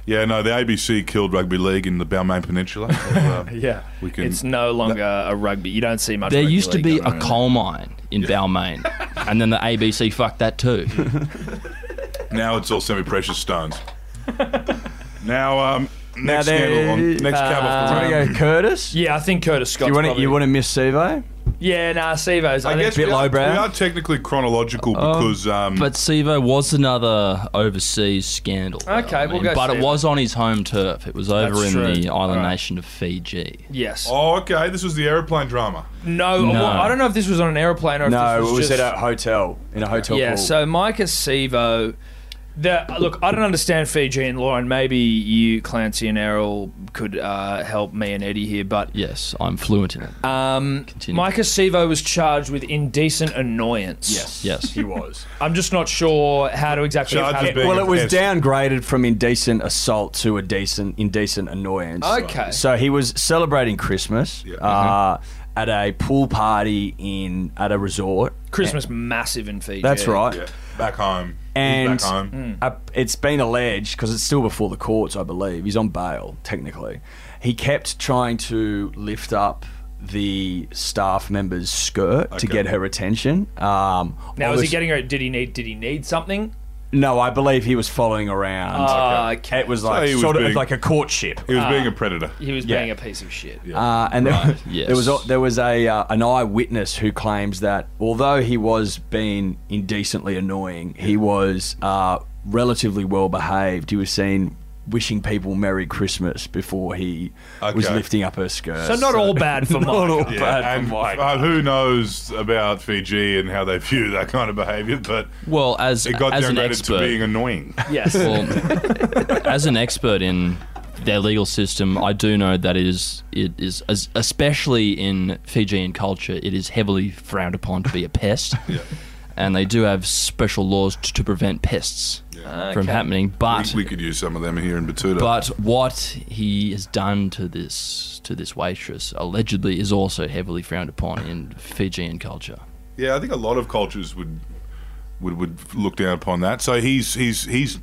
Yeah, no, the ABC killed rugby league in the Balmain Peninsula. So, uh, Yeah, We can- it's no longer a rugby. You don't see much. there rugby used to league be going a on. coal mine in Balmain, and then the ABC fucked that too. Mm. Now it's all semi-precious stones. now, um, next there- scandal on next cab off the Do you want rank. to Um, go Curtis? Yeah, I think Curtis Scott. You want to you want to miss Sevo? Yeah, nah, Sevo's. I, think bit we are, lowbrow. we are technically chronological because um, But Sivo was another overseas scandal. though, Okay, I we'll mean, go But Sivo. it was on his home turf. It was over in That's true. the island Alright. nation of Fiji. yes. oh, okay, this was the aeroplane drama. No, well, I don't know if this was on an airplane or if No, it this was was just, at a hotel in a Oh, hotel. Yeah, pool. so Micah Sevo. The, look, I don't understand Fiji and Lauren. Maybe you, Clancy and Errol, could uh, help me and Eddie here. But Yes, I'm fluent in it. Uh, um, Continue. Micah Sevo was charged with indecent annoyance. Yes. he was. I'm just not sure how to exactly. Charged how with to- being- well, it was Yes. downgraded from indecent assault to a decent indecent annoyance. Okay. So he was celebrating Christmas uh, at a pool party in at a resort. Christmas massive in Fiji. That's right. Yeah, back home. And He's back home. Mm. uh, it's been alleged because it's still before the courts, I believe. He's on bail technically. He kept trying to lift up the staff member's skirt Okay. to get her attention. Um, Now, is he obvious- getting her? Did he need? Did he need something? No, I believe he was following around. Ah, okay. It was like he was sort of being- like a courtship. He was being a predator. Uh, He was Yeah. being a piece of shit. Uh, and there, yes. there was a- there was a uh, an eyewitness who claims that although he was being indecently annoying, he was uh, relatively well behaved. He was seen wishing people Merry Christmas before he was Okay. lifting up her skirt. So not all bad for Micah. Yeah, and uh, who knows about Fiji and how they view that kind of behaviour, but Well, as it got as an downgraded to expert, being annoying. Yes. well, as an expert in their legal system, I do know that it is it is as, especially in Fijian culture, it is heavily frowned upon to be a pest. And they do have special laws to, to prevent pests from Okay. happening, but we, we could use some of them here in Batuta. But what he has done to this to this waitress allegedly is also heavily frowned upon in Fijian culture. yeah, I think a lot of cultures would would would look down upon that. So he's he's he's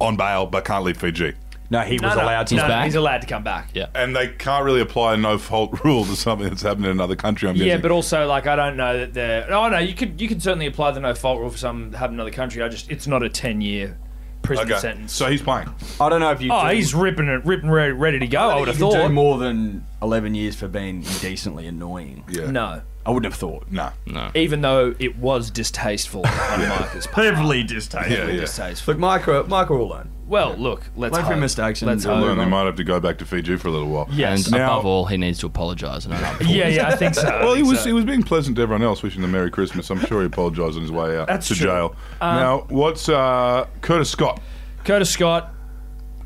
on bail but can't leave Fiji. No, he was allowed to. He's no, back? He's allowed to come back. Yeah. And they can't really apply a no fault rule to something that's happened in another country. I'm Yeah, guessing. but also like I don't know that the oh no you could you could certainly apply the no fault rule for some have another country. I just it's not a ten year prison okay. sentence. So he's playing. I don't know if you. oh, can- he's ripping it ripping ready, ready to go. I, think would have you can thought. do more than 11 years for being indecently annoying. Yeah. No. I wouldn't have thought. Nah. No. Even though it was distasteful on Micah's part. Heavily distasteful. Yeah, yeah. Distasteful. Look, Michael, Michael will learn. Well, look, let's Learn from hope. mistakes and Let's we'll Well, hope. then they might have to go back to Fiji for a little while. Yes. And Now- above all, he needs to apologise. and I'm- Yeah, yeah, I think so. I Well, he think was so. he was being pleasant to everyone else, wishing them Merry Christmas. I'm sure he apologised on his way out That's to true. Um, jail. now, what's uh, Curtis Scott? Curtis Scott,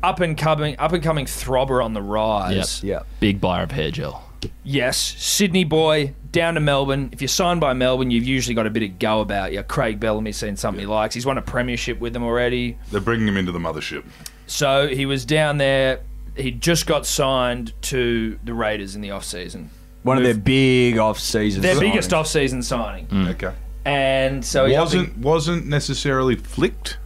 up and coming, up and coming throbber on the rise. Yep. Big buyer of hair gel. Yes, Sydney boy down to Melbourne. If you're signed by Melbourne, you've usually got a bit of go about you. Craig Bellamy's seen something he likes. He's won a premiership with them already. They're bringing him into the mothership. So he was down there. He just got signed to the Raiders in the off-season. One of their big off seasons. Their biggest off-season signing. Mm. Okay. And so Hmm. he wasn't wasn't necessarily flicked,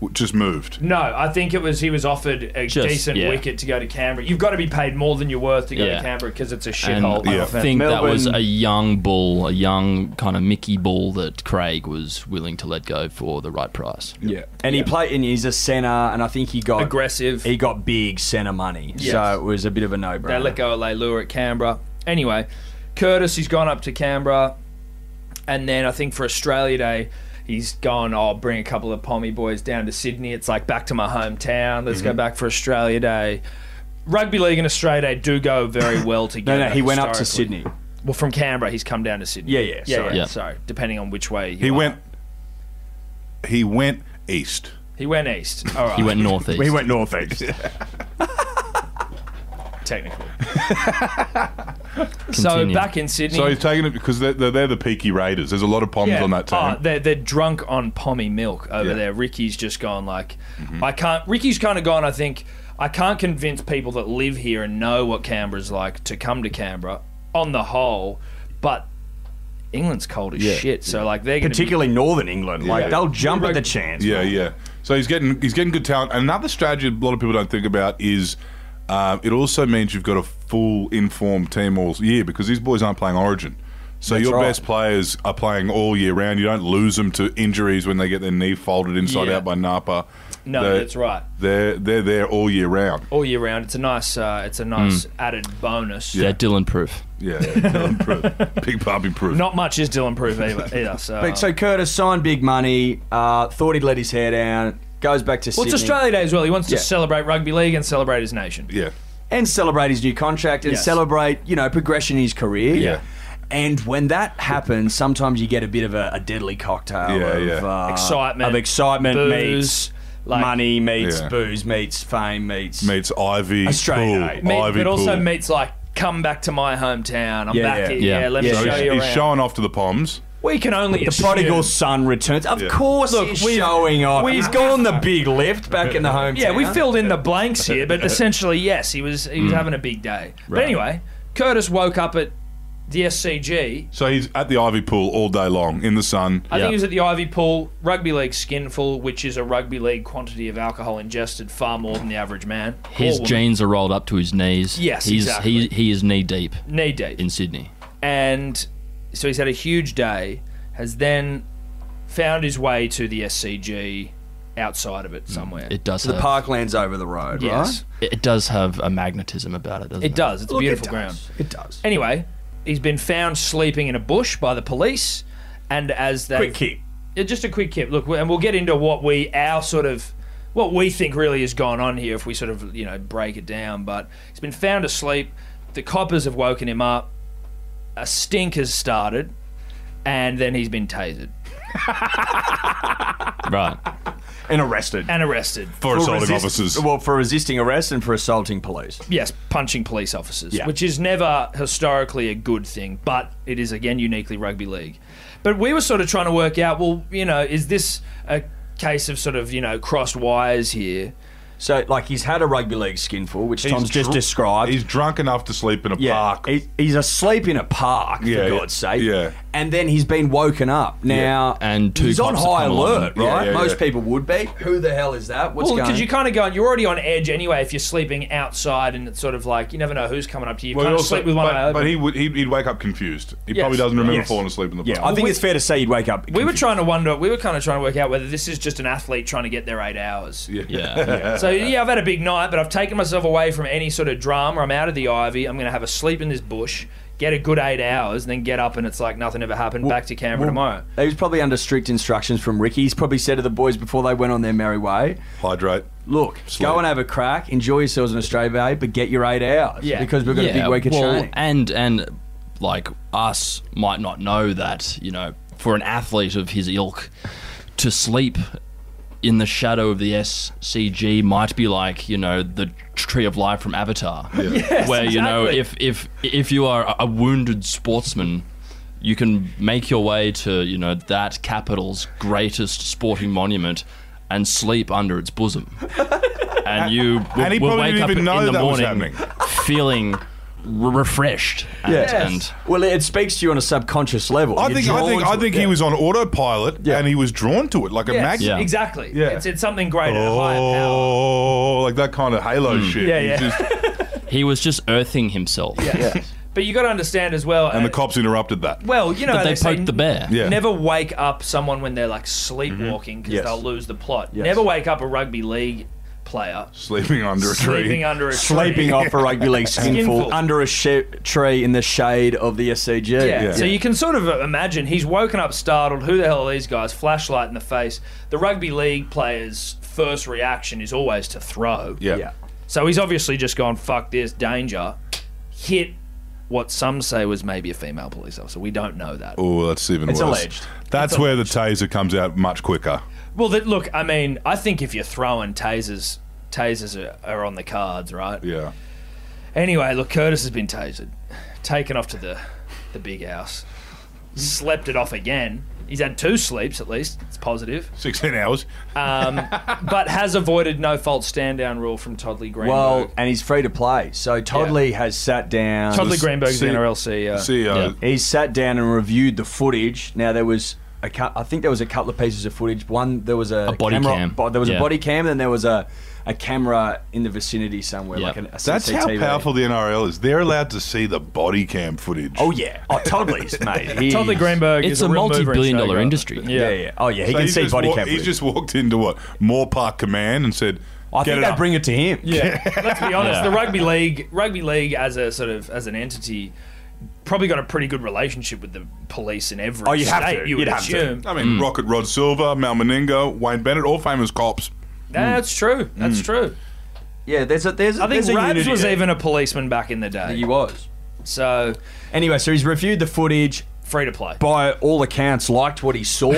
w- just moved. No, I think it was he was offered a Just- decent yeah. wicket to go to Canberra. You've got to be paid more than you're worth to go Yeah. to Canberra because it's a And shithole. I Yeah. think that was Melbourne- a young bull, a young kind of Mickey bull that Craig was willing to let go for the right price. Yeah. And he played, and he's a centre, and I think he got Aggressive. He got big centre money, Yes. so it was a bit of a no-brainer. They let go of Leilua at Canberra. Anyway, Curtis, he's gone up to Canberra. And then I think for Australia Day, he's gone, oh, I'll bring a couple of Pommy boys down to Sydney. It's like back to my hometown. Let's go Mm-hmm. back for Australia Day. Rugby league and Australia Day do go very well No, together. no, he went up to historically. Sydney. Well, from Canberra, he's come down to Sydney. Yeah, yeah, yeah. sorry. Yeah. Sorry, depending on which way you He are. went. He went east. He went east. All right. He went northeast. He went northeast. technically. so Continue. back in Sydney. So he's taking it because they're, they're, they're the peaky Raiders. There's a lot of poms on that team. Oh, they're, they're drunk on pommy milk Yeah. over Mm-hmm. there. Ricky's just gone like, I can't. Ricky's kind of gone, I think, I can't convince people that live here and know what Canberra's like to come to Canberra on the whole, but England's cold as shit. So, like, they're going to. Particularly Northern England, like Yeah. they'll jump at the chance. Yeah, yeah. So he's getting he's getting good talent. Another strategy a lot of people don't think about is uh, it also means you've got a full informed team all year because these boys aren't playing Origin. So your right. best players are playing all year round. You don't lose them to injuries when they get their knee folded inside Yeah. out by Napa. No, They- that's right. They're they're there all year round. all year round, it's a nice, uh, it's Mm. a nice added bonus. They're Dylan proof. Yeah, yeah. Dylan Proof. big puppy proof. Not much is Dylan proof either. either so, But so Curtis signed big money, uh, thought he'd let his hair down, goes back to well, it's Sydney Australia Day as well. He wants Yeah. to celebrate rugby league and celebrate his nation. yeah, and celebrate his new contract and Yes. celebrate, you know, progression in his career. Yeah. And when that happens, sometimes you get a bit of a, a deadly cocktail Yeah, of yeah. Uh, Excitement, of excitement booze, meets like- money meets Yeah. booze meets fame meets meets Ivy Australia Pool. Day. Meet- Ivy but also Pool. meets like come back to my hometown. I'm Yeah, back yeah. here. Yeah. Yeah, let me Yeah. So So show he's, you he's around. showing off to the Poms. we can only the prodigal son returns. Of Yeah. course, Look, he's we've- showing off. we've- He's gone the big lift back in the hometown. Yeah, we filled in the blanks here, but essentially, yes, he was he was having a big day. But anyway, Curtis woke up at the SCG. So he's at the Ivy Pool all day long in the sun. I Yeah. think he was at the Ivy Pool Rugby League skinful, which is a rugby league quantity of alcohol ingested far more than the average man. His or woman. jeans are rolled up to his knees. Yes, He's, exactly. He, he is knee deep knee deep. in Sydney. and so he's had a huge day. Has then found his way to the SCG outside of it somewhere. It does So the have, parkland's over the road, yes, It does have a magnetism about it, doesn't it? it does. It's right? a Look, beautiful it ground. does. It does. Anyway, he's been found sleeping in a bush by the police, and as they Quick kick. Yeah, just a quick kip. Look, and we'll get into what we our sort of what we think really has gone on here if we sort of you know break it down. But he's been found asleep. The coppers have woken him up. A stink has started, and then he's been tasered Right. And arrested. and arrested. for assaulting resist- officers. Well, for resisting arrest and for assaulting police. Yes, punching police officers, Yeah. which is never historically a good thing, but it is again uniquely rugby league. But we were sort of trying to work out, well, you know, is this a case of sort of you know crossed wires here? So, like, he's had a rugby league skinful, which Tom's just dr- described. He's drunk enough to sleep in a yeah, park. he- he's asleep in a park, Yeah, for God's yeah, sake. yeah. And then he's been woken up. Now, And two he's on cops have high come along. alert, Yeah, right? yeah, Most yeah. people would be. Who the hell is that? What's Well, going because you kind of go, you're already on edge anyway if you're sleeping outside, and it's sort of like you never know who's coming up to you. You Well, kind he of also- sleep with one but, eye open. but he would he'd, he'd wake up confused. He Yes. probably doesn't remember Yes. falling asleep in the Yeah, park. I think we- it's fair to say you'd wake up. we were confused. trying to wonder. We were kind of trying to work out whether this is just an athlete trying to get their eight hours. Yeah. So So yeah, I've had a big night, but I've taken myself away from any sort of drama. I'm out of the ivy. I'm going to have a sleep in this bush, get a good eight hours, and then get up and it's like nothing ever happened. Back to Canberra tomorrow. He was probably under strict instructions from Ricky. He's probably said to the boys before they went on their merry way, Hydrate. "Look, Sleep. go and have a crack, enjoy yourselves in Australia, Bay, but get your eight hours Yeah. because we've got a big week of well, training." And and like us might not know that you know for an athlete of his ilk to sleep in the shadow of the SCG might be like you know the tree of life from Avatar, where you know if if if you are a- a wounded sportsman. You can make your way to you know that capital's greatest sporting monument, and sleep under its bosom, and you will, And he will probably wake didn't up even in know the that was morning happening. feeling re- refreshed. And, Yeah. and well, it speaks to you on a subconscious level. I You're think, I drawn think, to I it. think he was on autopilot Yeah. and he was drawn to it like a Yes, magnet. Yeah. exactly. Yeah. It's, it's something greater, a higher power. Oh, like that kind of halo shit. Yeah, He's yeah. just- he was just earthing himself. But you got to understand as well. uh, and the cops interrupted that. Well, you know, But how they say poked the bear. Yeah. Mm-hmm. Never wake up someone when they're like sleepwalking because Yes. they'll lose the plot. Never wake up a rugby league player Sleeping under a tree. sleeping under a tree. Sleeping off a rugby league skinful, Skinful. under a sh- tree in the shade of the SCG. Yeah. Yeah. So you can sort of uh, imagine he's woken up startled. Who the hell are these guys? Flashlight in the face. The rugby league player's first reaction is always to throw. yeah. Yeah. So he's obviously just gone, fuck this, danger. Hit what some say was maybe a female police officer. We don't know that. Oh, that's even It's worse. alleged. That's where the taser comes out much quicker. Well, that, look, I mean, I think if you're throwing tasers, tasers are, are on the cards, right? Yeah. Anyway, look, Curtis has been tasered, taken off to the the big house, slept it off again. He's had two sleeps at least. It's positive. 16 hours. um, but has avoided no fault stand down rule from Toddley Greenberg. Well, and he's free to play. So Toddley has sat down. Toddley s- Greenberg's the see- NRL CEO. CEO. He's sat down and reviewed the footage. Now there was a cou- I think there was a couple of pieces of footage. One there was a, A body camera, cam. bo- there was Yeah. a body cam, then there was a, a camera in the vicinity somewhere, Yeah. like an, a That's how CCTV. powerful the NRL is. They're allowed to see the body cam footage. Oh yeah, oh Toddley's mate. He- Toddley Greenberg It's is a, real mover and shaker. multi-billion-dollar industry. Yeah, yeah. Oh yeah, he So can he's see just body wa- cam. He's footage. just walked into what? Moore Park Command and said, I get think it they up. bring it to him. Yeah, let's be honest. Yeah. The rugby league, rugby league as a sort of as an entity, probably got a pretty good relationship with the police in every Oh, you state. have to. You would You'd have to. assume. I mean, Rocket Rod Silver, Mal Meningo, Wayne Bennett, all famous cops. That's true. That's Mm. true. Yeah, there's a there's. I think there's a Rabs unity was there. even a policeman back in the day. He was. so Anyway, so he's reviewed the footage. free to play. By all accounts, liked what he saw.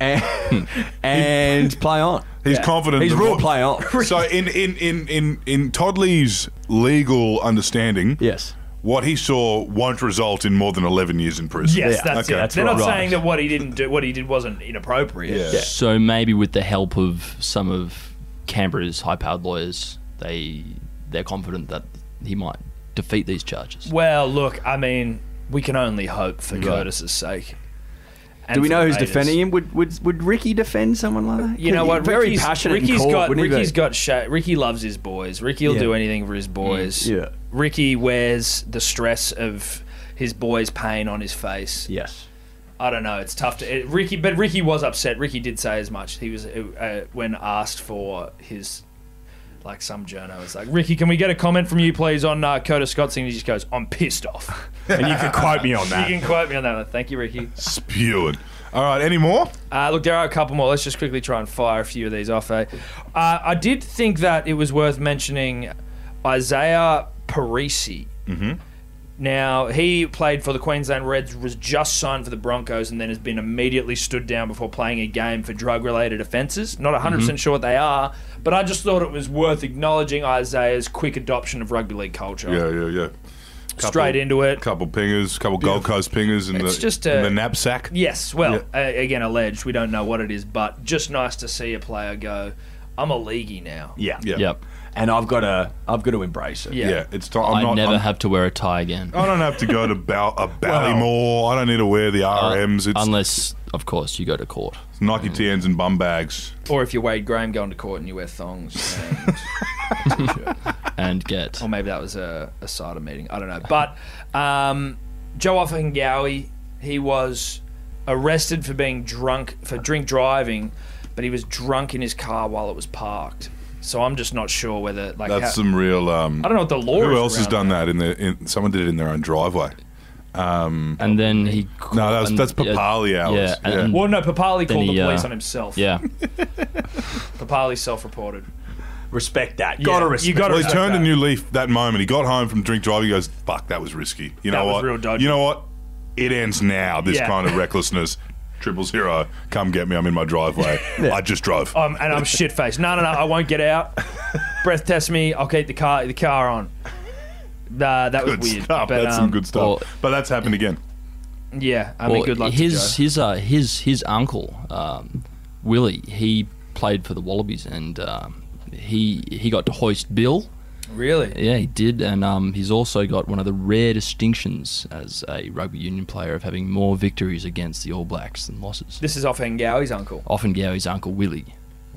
and, and play on. He's confident. He's the real vo- play on. So in in in in in Toddley's legal understanding, Yes. what he saw won't result in more than eleven years in prison. Yes, that's okay. it. That's They're not right. saying that what he didn't do, what he did wasn't inappropriate. Yeah. So maybe with the help of some of Canberra's high-powered lawyers, they they're confident that he might defeat these charges. Well, look, I mean, we can only hope for Curtis's sake. And Do we for know the who's Raiders. defending him? Would, would would Ricky defend someone like that? You know He's what? Very Ricky's, passionate. Ricky's in court, got. wouldn't he be? Ricky's got. Sha- Ricky loves his boys. Ricky'll Yeah. Mm. do anything for his boys. Yeah. Ricky wears the stress of his boys' pain on his face. Yes. I don't know. It's tough to it, Ricky, but Ricky was upset. Ricky did say as much. He was uh, uh, when asked for his. Like some journo was like, Ricky, can we get a comment from you, please, on uh, Curtis Scott's thing? He just goes, I'm pissed off. And you can quote me on You can quote me on that one. Thank you, Ricky. Spewing. All right. Any more? Uh, look, there are a couple more. Let's just quickly try and fire a few of these off. Eh? Uh, I did think that it was worth mentioning Isaiah Parisi. Mm-hmm. Now, he played for the Queensland Reds, was just signed for the Broncos, and then has been immediately stood down before playing a game for drug related offences. Not 100% Mm-hmm. percent sure what they are, but I just thought it was worth acknowledging Isaiah's quick adoption of rugby league culture. Yeah, yeah, yeah. Couple, Straight into it. Couple pingers, couple Gold Coast pingers, and the, It's just, in uh, the knapsack. Yes, well, a- again, alleged. We don't know what it is, but just nice to see a player go, I'm a leaguey now. Yeah. Yeah. Yep. And I've got to I've got to embrace it. Yeah. Yeah. It's time. I'm I not. never I'm, Oh, have to wear a tie again, I don't have to go to Bal- a Ballymore. I don't need to wear the uh, RMs. It's Uh, unless, of course, you go to court. Nike TNs and bum bags. Or if you're Wade Graham going to court and you wear thongs. And, and get or maybe that was a, a cider meeting. I don't know. But um, Joe Offahengawi, he was arrested for being drunk, for drink driving but he was drunk in his car while it was parked. So I'm just not sure whether like That's how- some real. Um, I don't know what the law. Who is else has done around that? In the in, someone did it in their own driveway. Um, and then he no, that's and- that's Papali yeah, hours. Yeah, and- and- Well, no, Papali Then called he, the police uh, on himself. yeah. Papali self-reported. Respect that. Yeah, Gotta respect. you gotta well, he respect turned that. a new leaf that moment. He got home from drink driving. He goes, "Fuck, that was risky." You That know was what? real dodgy. You know what? It ends now. This Yeah. kind of recklessness. Triple zero, come get me. I'm in my driveway. I just drove. Um, and I'm shit faced. No, no, no. I won't get out. Breath test me. I'll keep the car the car on. Nah, that good was weird. stuff. But, that's um, some good stuff. well- but that's happened again. Yeah, I mean, Well, good luck. to his Joe. his uh, his his uncle um, Willie. He played for the Wallabies, and um, he he got to hoist Bill. really. Yeah, he did, and um, he's also got one of the rare distinctions as a rugby union player of having more victories against the All Blacks than losses. This is off Ngaui's uncle, Often Gowie's uncle Willie.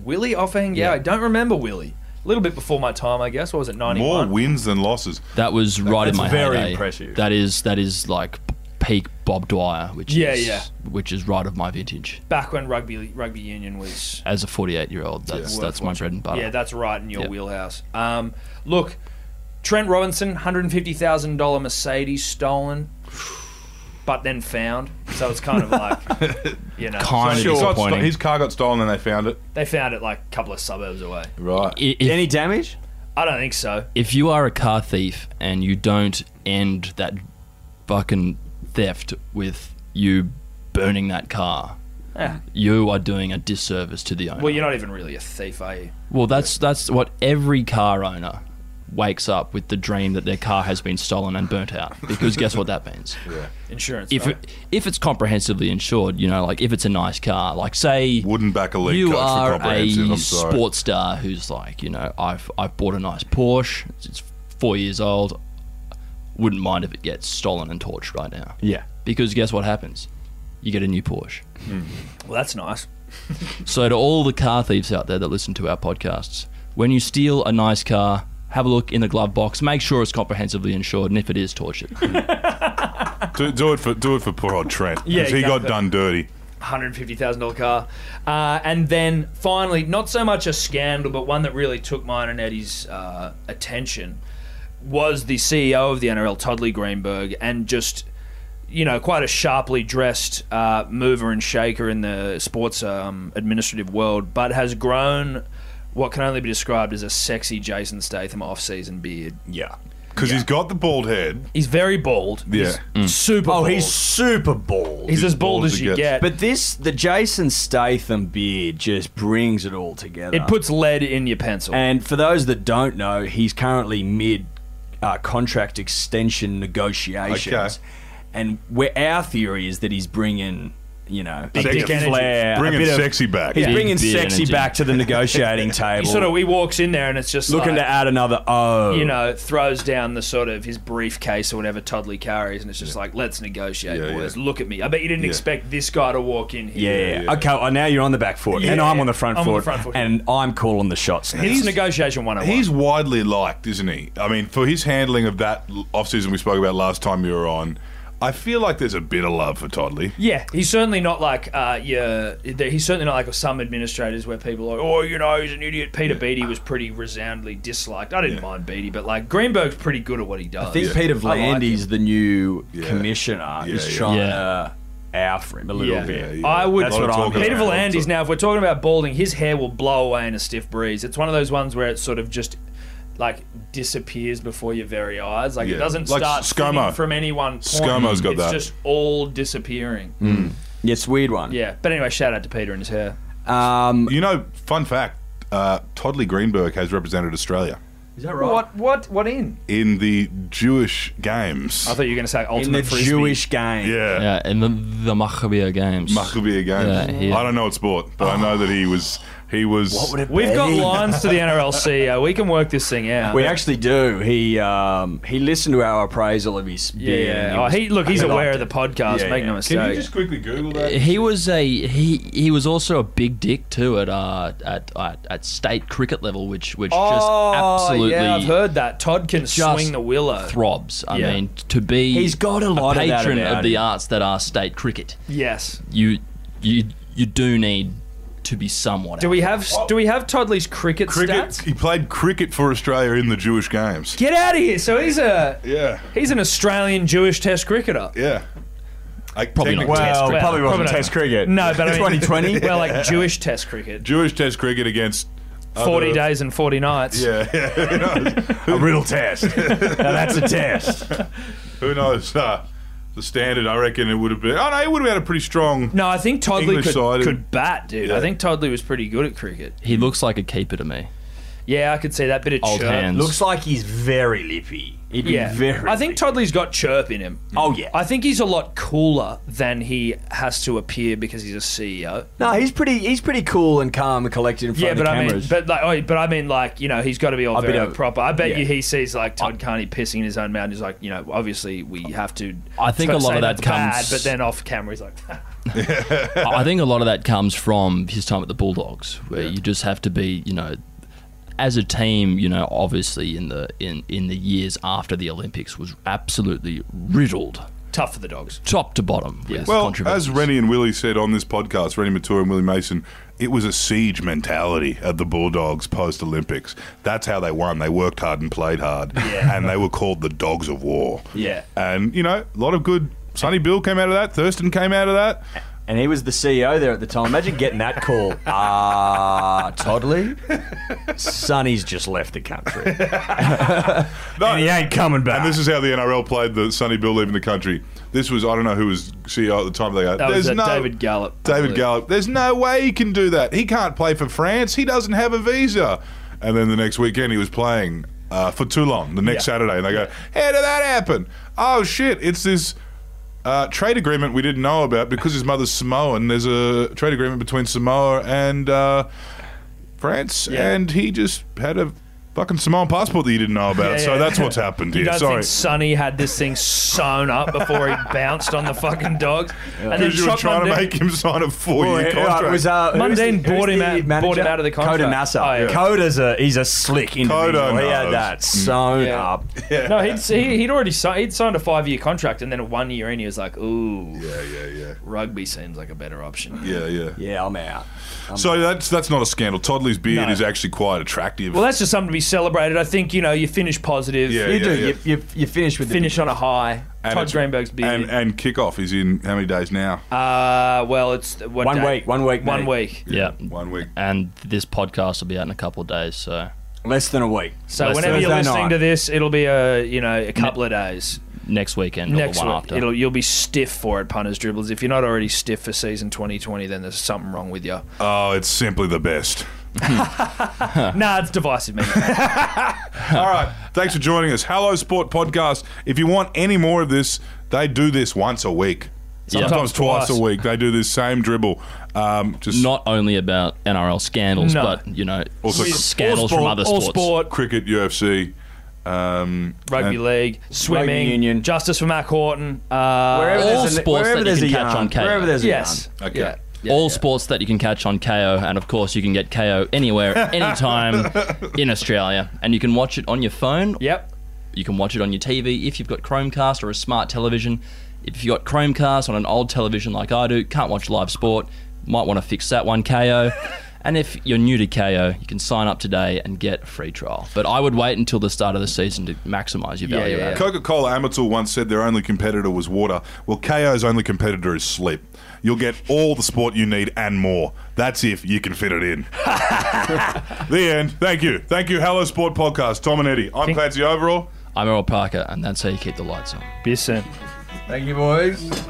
Willie off Ngaui. Yeah. Don't remember Willie. A little bit before my time, I guess. What was it? More Ninety-one. wins than losses. That was right that's in my very heyday. impressive. That is that is like peak Bob Dwyer, which Yeah, is yeah. which is right of my vintage. Back when rugby rugby union was As a 48 year old, that's Worth that's my watching. bread and butter. Yeah, that's right in your Yep. wheelhouse. Um, look, Trent Robinson, hundred and fifty thousand dollar Mercedes stolen, but then found. So it's kind of like, you know, Kind of Sure. disappointing. His car got stolen and they found it. they found it like a couple of suburbs away. Right. I- if- Any damage? I don't think so. if you are a car thief and you don't end that fucking theft with you burning that car, Yeah. you are doing a disservice to the owner. Well, you're not even really a thief, are you? Well, that's that's what every car owner wakes up with the dream that their car has been stolen and burnt out. Because guess what that means? Insurance. If right? it, if it's comprehensively insured, you know, like if it's a nice car, like say Wouldn't back a lead you coach are for comprehensive. a I'm sorry. sports star who's like, you know, I've I've bought a nice Porsche. It's- It's four years old. Wouldn't mind if it gets stolen and torched right now. Yeah. Because guess what happens? You get a new Porsche. well, that's nice. So to all the car thieves out there that listen to our podcasts, when you steal a nice car, have a look in the glove box. Make sure it's comprehensively insured, and if it is, torch it. Do, do it for do it for poor old Trent. Yeah, because he got exactly. done dirty. $150,000 car. Uh, and then finally, not so much a scandal, but one that really took mine and Eddie's uh, attention was the CEO of the NRL, Toddley Greenberg, and just, you know, quite a sharply dressed uh, mover and shaker in the sports um, administrative world, but has grown what can only be described as a sexy Jason Statham off season beard. Yeah. Because he's got the bald head. He's very bald. He's Mm. super Oh, bald. he's super bald. He's as bald bald as as it you gets. get. but this, the Jason Statham beard just brings it all together. it puts lead in your pencil. And for those that don't know, he's currently mid uh, contract extension negotiations. Okay. And where our theory is that he's bringing, you know, a Sex- bit of energy. flair, a Bringing bit of- sexy back. He's Yeah. bringing Big sexy energy. back to the negotiating table. he sort of he walks in there and it's just looking like, to add another oh, O. you know, throws down the sort of his briefcase or whatever Toddley carries, and it's just like, let's negotiate, Yeah, boys. yeah. Look at me. I bet you didn't Yeah. expect this guy to walk in Yeah, here. yeah. Okay. Well, now you're on the back foot, and Yeah, I'm yeah. on the front I'm on foot, the front foot. and I'm calling the shots. Now. It's negotiation 101. He's widely liked, isn't he? I mean, for his handling of that l- off-season we spoke about last time you were on, I feel like there's a bit of love for Toddley. yeah, he's certainly not like uh, yeah. He's certainly not like some administrators where people are, oh, you know, he's an idiot. Peter Beattie was pretty resoundingly disliked. I didn't Yeah. mind Beattie, but like Greenberg's pretty good at what he does. I think Peter like Vlandy's the new Yeah. commissioner. is yeah. trying Yeah. to out for him a little Yeah. bit. yeah. I would. That's what I'm talking hearing. Peter about. Volandis. Now, if we're talking about balding, his hair will blow away in a stiff breeze. It's one of those ones where it sort of just like disappears before your very eyes. Like it Yeah. doesn't Like start ScoMo. thinning from any one point. ScoMo's got it's that. Mm. just all disappearing. Yeah, it's a weird one. Yeah. But anyway, shout out to Peter and his hair. Um, You know, fun fact: uh, Toddley Greenberg has represented Australia is that What? What? What in? in the Jewish Games. I thought you were going to say ultimate In the frisbee. Jewish game. yeah, yeah, and the the Maccabier games. Maccabier Games. Yeah, he- I don't know what sport, but I know that he was he was. What would it We've be? got lines to the NRL CEO. E We can work this thing out. We actually do. He um, he listened to our appraisal of his yeah. beard. and yeah. was- Oh, he look. He's he liked aware of it. the podcast. Yeah, make no yeah. Can mistake. you just quickly Google that? He was a he. He was also a big dick too at uh at at, at state cricket level, which which oh, just absolutely yeah. I've heard that Todd can just swing the willow. throbs. I Yeah. mean, to be He's got a lot of that patron about the him. arts that are state cricket. yes. You you you do need to be somewhat. Do we have do we have Toddley's cricket, Cricket. stats? He played cricket for Australia in the Jewish Games. Get out of here! So he's a Yeah. he's an Australian Jewish Test cricketer. Yeah. Like, Probably not technically- Test Well, cricket. probably wasn't Probably not. Test cricket. No, but I mean, 2020. Well, like Jewish Test cricket, Jewish Test cricket against forty other- days and forty nights. Yeah, yeah. Who knows? a riddle test. now that's a test. Who knows? Uh, the standard, I reckon it would have been. Oh no, he would have had a pretty strong. No, I think Toddley English side could, and- could bat, dude. Yeah. I think Toddley was pretty good at cricket. He looks like a keeper to me. Yeah, I could see that bit of Old chirp. hands. Looks like he's very lippy. He'd be Yeah, very. I think Toddley's got chirp in him. Oh yeah. I think he's a lot cooler than he has to appear because he's a E CEO. no, he's pretty. He's pretty cool and calm and collected in front Yeah, of but the I mean, cameras. but like, oh, but I mean, like, you know, he's got to be all A bit very of- proper. I bet yeah. you he sees like Todd Carney pissing in his own mouth. He's like, you know, obviously we have to. I think try a to lot say of that that's bad, comes- but then off camera, he's like, I I think a lot of that comes from his time at the Bulldogs, where you just have to be, you know, as a team, you know, obviously in the in in the years after the Olympics was absolutely riddled, tough for the dogs. top to bottom. With Well, as controversies. Rennie and Willie said on this podcast, Rennie Matura and Willie Mason, it was a siege mentality at the Bulldogs post Olympics. That's how they won. They worked hard and played hard, and they were called the Dogs of War. Yeah. and you know, a lot of good. Sonny Bill came out of that. Thurston came out of that. and he was the CEO there at the time. Imagine getting that call. Ah, Toddley, Sonny's just left the country. No, he ain't coming back. And this is how the NRL played the Sonny Bill leaving the country. This was I don't know who was CEO at the time. They go, That was there's uh, no David Gallup. David Gallup. Gallup. There's no way he can do that. He can't play for France. He doesn't have a visa. And then the next weekend he was playing uh, for Toulon the next Yeah. Saturday, and they go, how did that happen? Oh shit! It's this. Uh, trade agreement we didn't know about because his mother's Samoan. There's a trade agreement between Samoa and uh, France, Yeah. and he just had a fucking Samoan passport that you didn't know about. Yeah, so yeah. that's what's happened You here. don't Sorry, think Sonny had this thing sewn up before he bounced on the fucking dogs? And then Because you were Chuck trying to Mundine- make him sign a Well, four-year it- contract. it was, uh, who's Mundine the- who's bought him the out- bought manager? him out of the contract. Coda Nasser. Oh, yeah. Coda's a he's a slick individual. Coda he knows. Mm. had that sewn Yeah. up. No, he'd, he- he'd already si- he'd signed a five year contract, and then at one year in, he was like, ooh, yeah, yeah, yeah, rugby seems like a better option. yeah, yeah. Yeah, I'm out. So that's that's not a scandal. Toddley's beard No. is actually quite attractive. Well, that's just something to be celebrated. I think, you know, you finish positive, Yeah, You yeah. do. You, you, you finish with finish The, on a high. And Todd it's- Greenberg's beard. and and kickoff is in how many days now? uh, well, it's what One day? week, one week, One mate. week. yeah, One week. and this podcast will be out in a couple of days, so less than a week. So Less whenever than- you're Thursday listening night. to this, it'll be a you know a couple of days. next weekend Next or the one week, after. it'll you'll be stiff for it, punters dribbles. If you're not already stiff for season 2020, then there's something wrong with you. Oh, it's simply the best. nah, it's divisive, man. All right. Thanks for joining us. Hello Sport Podcast. If you want any more of this, they do this once a week. Sometimes twice. Sometimes twice. a week. They do this same dribble. Um, just Not only about NRL scandals, No. but you know, Also- scandals all from sport- other All sports. sport, cricket, UFC, um, rugby and- league, swimming, union. justice for Mac Horton. Uh, Wherever all there's a- sports wherever that you there's can a catch yarn, on cable. Wherever there's a yes. Okay. Yeah. Yeah, all yeah. sports that you can catch on KO, and of course you can get KO anywhere, anytime in Australia, and you can watch it on your phone. Yep. You can watch it on your TV if you've got Chromecast or a smart television. If you've got Chromecast on an old television like I do, can't watch live sport. Might want to fix that one, KO. And if you're new to KO, you can sign up today and get a free trial. But I would wait until the start of the season to maximise your Yeah, value. yeah, out of it. Coca Cola Amatil once said their only competitor was water. Well, KO's only competitor is sleep. You'll get all the sport you need and more. That's if you can fit it in. the end. Thank you. Thank you, Hello Sport Podcast. Tom and Eddie. I'm Clancy Overall. I'm Errol Parker, and that's how you keep the lights on. Be soon. Thank you, boys.